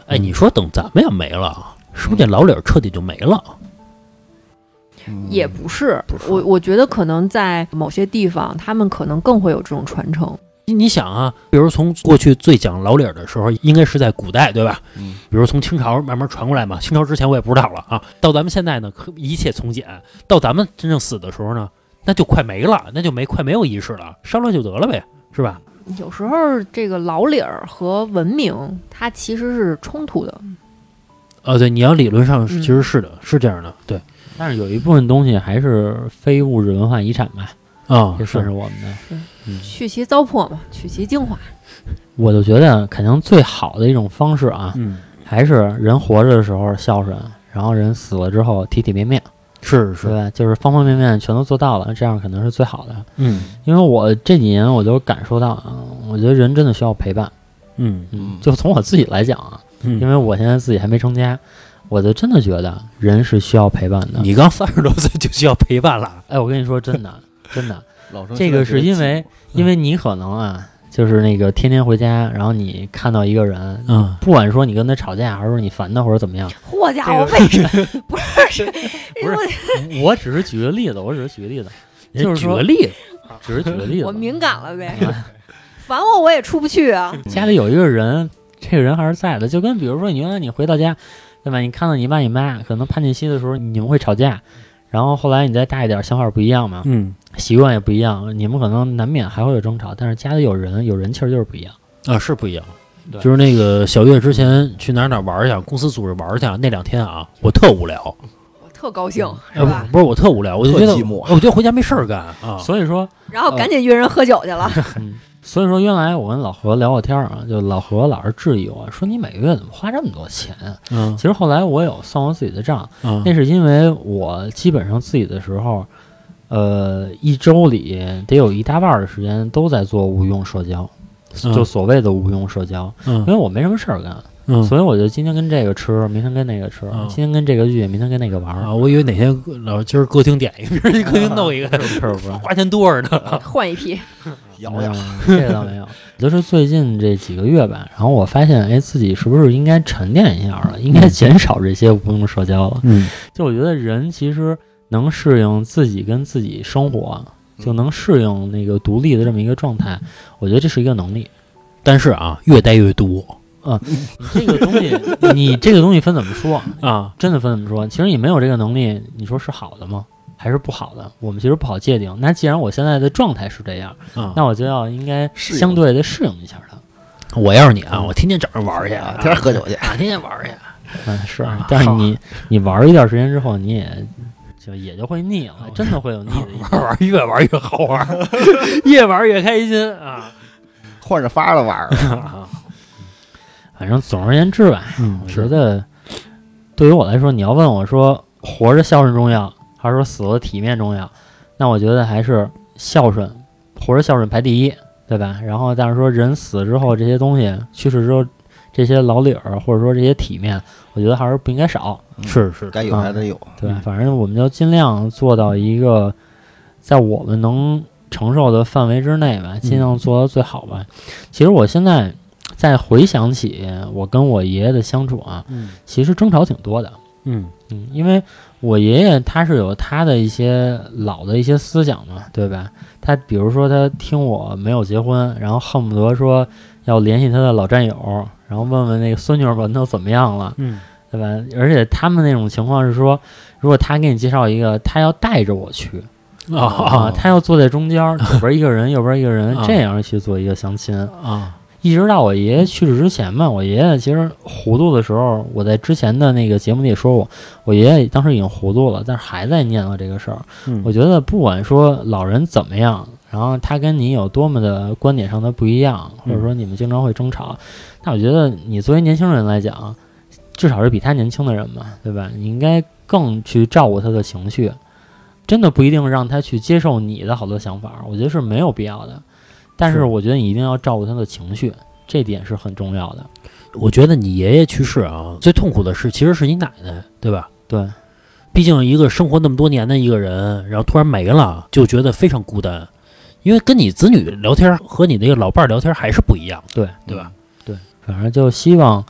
Speaker 2: 哎，你说等咱们要没了，是不是这老理儿彻底就没了？
Speaker 3: 嗯
Speaker 4: 也不是，
Speaker 3: 不是
Speaker 4: 我我觉得可能在某些地方，他们可能更会有这种传承。
Speaker 2: 你你想啊，比如从过去最讲老理儿的时候，应该是在古代，对吧？
Speaker 3: 嗯
Speaker 2: 比如从清朝慢慢传过来嘛，清朝之前我也不知道了啊。到咱们现在呢，可一切从简。到咱们真正死的时候呢，那就快没了，那就没快没有仪式了，烧了就得了呗，是吧？
Speaker 4: 有时候这个老理儿和文明，它其实是冲突的。
Speaker 2: 呃，对，你要理论上是
Speaker 4: 嗯
Speaker 2: 其实是的，是这样的，对，
Speaker 1: 但是有一部分东西还是非物质文化遗产吧，
Speaker 2: 啊、
Speaker 1: 这算是
Speaker 2: 是
Speaker 1: 我们的。
Speaker 4: 去其糟粕嘛，取其精华。
Speaker 1: 我就觉得肯定最好的一种方式啊，
Speaker 2: 嗯，
Speaker 1: 还是人活着的时候孝顺，然后人死了之后体体面面，
Speaker 2: 是
Speaker 1: 对
Speaker 2: 是，
Speaker 1: 吧？就是方方面面全都做到了，这样可能是最好的。
Speaker 2: 嗯
Speaker 1: 因为我这几年我就感受到啊，我觉得人真的需要陪伴。
Speaker 2: 嗯
Speaker 1: 嗯
Speaker 3: 嗯，
Speaker 1: 就从我自己来讲啊，
Speaker 2: 嗯，
Speaker 1: 因为我现在自己还没成家，我就真的觉得人是需要陪伴的。
Speaker 2: 你刚三十多岁就需要陪伴了，
Speaker 1: 哎，我跟你说，真 <laughs> 的，真的，
Speaker 3: 老生
Speaker 1: 这个是因为因为你可能啊，就是那个天天回家，然后你看到一个人，
Speaker 2: 嗯，
Speaker 1: 不管说你跟他吵架，还是说你烦他或者怎么样，
Speaker 4: 嚯家
Speaker 1: 这
Speaker 4: 伙，
Speaker 1: 个
Speaker 4: 为什么不是？
Speaker 1: <laughs> 不我只是举个例子，我只是举个例子，
Speaker 2: 人
Speaker 1: 就是
Speaker 2: 举
Speaker 1: 说
Speaker 2: 个例子，
Speaker 1: 只是举个例子。
Speaker 4: <laughs>
Speaker 1: 啊
Speaker 4: 我敏感了呗，烦我我也出不去啊。
Speaker 1: 家里有一个人，这个人还是在的，就跟比如说你原来你回到家，对吧？你看到你爸你妈，可能叛逆期的时候你们会吵架，然后后来你再大一点，想法不一样嘛，
Speaker 2: 嗯
Speaker 1: 习惯也不一样，你们可能难免还会有争吵，但是家里有人，有人气儿就是不一样。
Speaker 2: 啊，是不一样。
Speaker 1: 对
Speaker 2: 就是那个小月之前去哪儿哪儿玩儿去啊，公司组织玩儿去啊，那两天啊，我特无聊，
Speaker 4: 我特高兴，
Speaker 1: 嗯
Speaker 4: 是
Speaker 2: 呃
Speaker 4: 吧？
Speaker 2: 不不是我特无聊，我就
Speaker 3: 特
Speaker 2: 觉得
Speaker 3: 寂寞
Speaker 2: 我觉得回家没事儿干啊。
Speaker 1: 所以说，
Speaker 4: 然后赶紧约人喝酒
Speaker 1: <laughs>
Speaker 4: 去了。
Speaker 1: 嗯，所以说原来我跟老何聊过天儿啊，就老何老是质疑我说你每个月怎么花这么多钱啊？
Speaker 2: 嗯
Speaker 1: 其实后来我有算过自己的账，
Speaker 2: 嗯
Speaker 1: 那是因为我基本上自己的时候，呃，一周里得有一大半儿的时间都在做无用社交，
Speaker 2: 嗯
Speaker 1: 就所谓的无用社交，因为
Speaker 2: 嗯
Speaker 1: 我没什么事儿干，
Speaker 2: 嗯
Speaker 1: 所以我就今天跟这个吃，明天跟那个吃，
Speaker 2: 嗯
Speaker 1: 今天跟这个剧，明天跟那个玩儿，
Speaker 2: 啊，我以为哪天老今儿歌厅点一个，明 <laughs> 儿一歌厅弄一个，
Speaker 1: 是不是？
Speaker 2: 花钱多着呢。 <laughs>
Speaker 4: 换一批，
Speaker 3: 咬
Speaker 1: 没有
Speaker 3: 呀，，
Speaker 1: 嗯这倒没有。就是最近这几个月吧，然后我发现，哎，自己是不是应该沉淀一下了？应
Speaker 3: 嗯
Speaker 1: 该减少这些无用社交了。
Speaker 2: 嗯
Speaker 1: 就我觉得人其实能适应自己跟自己生活，
Speaker 3: 嗯
Speaker 1: 就能适应那个独立的这么一个状态。我觉得这是一个能力。
Speaker 2: 但是啊，越待越多
Speaker 1: 这个东西， <laughs> 你这个东西分怎么说？
Speaker 2: 啊。
Speaker 1: 真的分怎么说？其实你没有这个能力，你说是好的吗？还是不好的？我们其实不好界定。那既然我现在的状态是这样，
Speaker 2: 啊，
Speaker 1: 那我就要应该
Speaker 3: 适应
Speaker 1: 相对的适应一下它。
Speaker 2: 我要是你啊，我天天找人玩儿去啊，
Speaker 3: 天天喝酒去
Speaker 2: 啊，天天玩儿去。
Speaker 1: 嗯，是
Speaker 2: 啊，
Speaker 1: 但是
Speaker 2: 好
Speaker 1: 你你玩一段时间之后，你也就也就会腻了，真的会有腻的一天。
Speaker 2: <laughs> 玩儿玩儿越玩儿越好玩儿， <laughs> 越玩儿越开心啊！
Speaker 3: 换着法儿的玩儿，
Speaker 1: 反正总而言之吧，
Speaker 2: 嗯
Speaker 1: 我觉得对于我来说，你要问我说活着孝顺重要，还是说死了体面重要，那我觉得还是孝顺，活着孝顺排第一，对吧？然后但是说人死之后这些东西去世之后，这些老理儿或者说这些体面，我觉得还是不应该少。
Speaker 2: 是是，
Speaker 3: 嗯该有
Speaker 1: 啊
Speaker 3: 还得有，
Speaker 1: 对
Speaker 2: 嗯，
Speaker 1: 反正我们就尽量做到一个在我们能承受的范围之内
Speaker 2: 嗯
Speaker 1: 吧，尽量做到最好吧。其实我现在再回想起我跟我爷爷的相处啊，
Speaker 2: 嗯
Speaker 1: 其实争吵挺多的。
Speaker 2: 嗯
Speaker 1: 嗯，因为我爷爷他是有他的一些老的一些思想嘛，对吧？他比如说他听我没有结婚，然后恨不得说要联系他的老战友，然后问问那个孙女儿们都怎么样了。
Speaker 2: 嗯
Speaker 1: 对吧？而且他们那种情况是说，如果他给你介绍一个，他要带着我去啊，
Speaker 2: 啊
Speaker 1: 他要坐在中间儿，左边一个人，右边一个人
Speaker 2: 啊，
Speaker 1: 这样去做一个相亲。
Speaker 2: 啊
Speaker 1: 一直到我爷爷去世之前嘛，我爷爷其实糊涂的时候，我在之前的那个节目里也说过，我爷爷当时已经糊涂了，但是还在念叨这个事儿。
Speaker 2: 嗯
Speaker 1: 我觉得不管说老人怎么样，然后他跟你有多么的观点上的不一样，或者说你们经常会争吵，那我觉得你作为年轻人来讲，至少是比他年轻的人嘛，对吧？你应该更去照顾他的情绪，真的不一定让他去接受你的好多想法，我觉得是没有必要的。但是
Speaker 2: 是
Speaker 1: 我觉得你一定要照顾他的情绪，这点是很重要的。
Speaker 2: 我觉得你爷爷去世啊，最痛苦的是其实是你奶奶，对吧？
Speaker 1: 对，
Speaker 2: 毕竟一个生活那么多年的一个人，然后突然没了，就觉得非常孤单。因为跟你子女聊天和你那个老伴儿聊天还是不一样的，
Speaker 1: 对
Speaker 2: 对吧？
Speaker 1: 反正就希望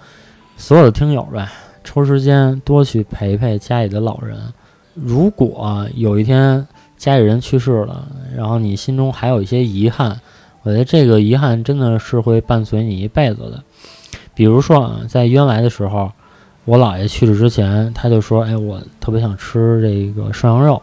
Speaker 1: 所有的听友呗，抽时间多去陪陪家里的老人。如果有一天家里人去世了，然后你心中还有一些遗憾，我觉得这个遗憾真的是会伴随你一辈子的。比如说啊，在原来的时候，我姥爷去世之前，他就说：“哎，我特别想吃这个涮羊肉。”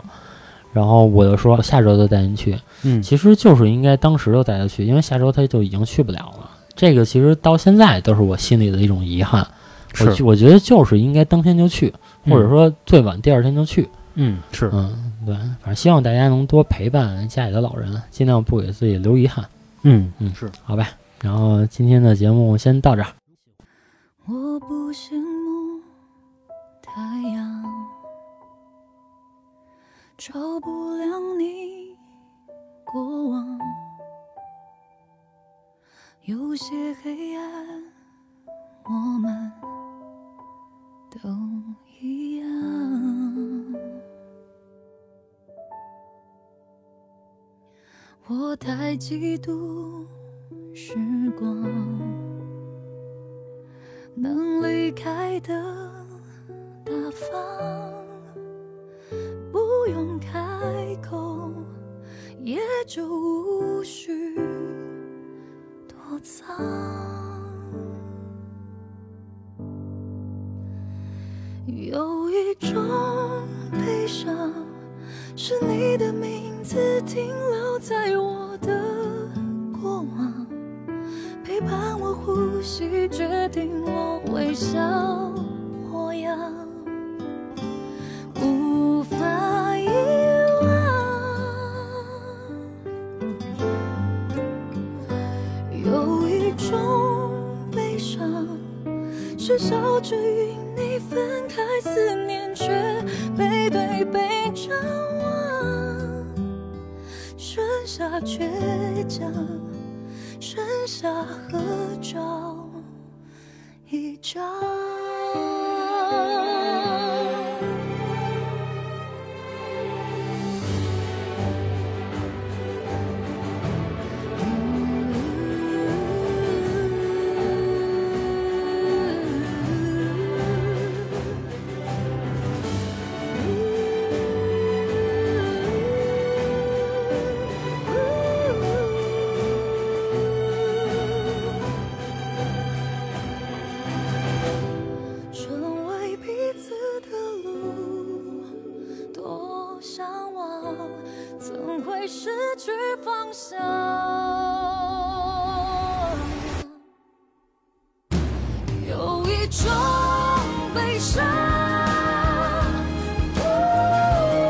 Speaker 1: 然后我就说：“下周就带您去。”
Speaker 2: 嗯，
Speaker 1: 其实就是应该当时就带他去，因为下周他就已经去不了了。这个其实到现在都是我心里的一种遗憾。我
Speaker 2: 是
Speaker 1: 觉，我觉得就是应该当天就去，或者说最晚第二天就去。
Speaker 2: 嗯，是，
Speaker 1: 嗯，对，反正希望大家能多陪伴家里的老人，尽量不给自己留遗憾，
Speaker 2: 嗯，
Speaker 1: 好吧？然后今天的节目先到这儿。
Speaker 5: 我不羡慕太阳，照不亮你过往。有些黑暗，我们都一样。我太嫉妒时光。能离开的大方，不用开口，也就无需躲藏。有一种悲伤，是你的名字停留在我的过往。陪伴我呼吸，决定我微笑模样。无法遗忘，有一种悲伤，是笑着与你分开，思念却背对背张望，剩下倔强。剩下合照一张。成为彼此的路，多向往，怎会失去方向？有一种悲伤。呜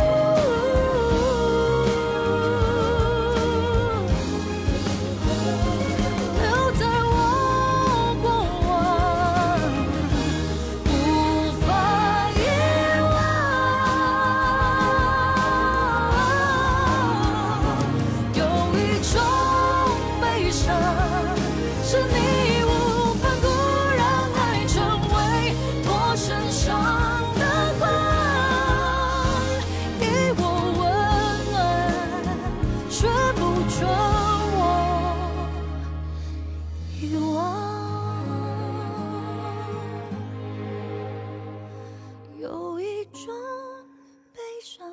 Speaker 5: 留在我过往，无法遗忘，有一种悲伤，是你义无反顾让爱成为我身上的光，给我温暖，却不准我遗忘。有一种悲伤，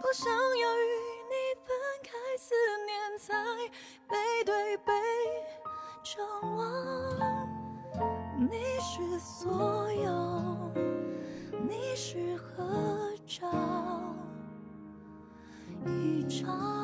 Speaker 5: 不想要与你分开，思念才背对背张望。你是所有，你是合照一张。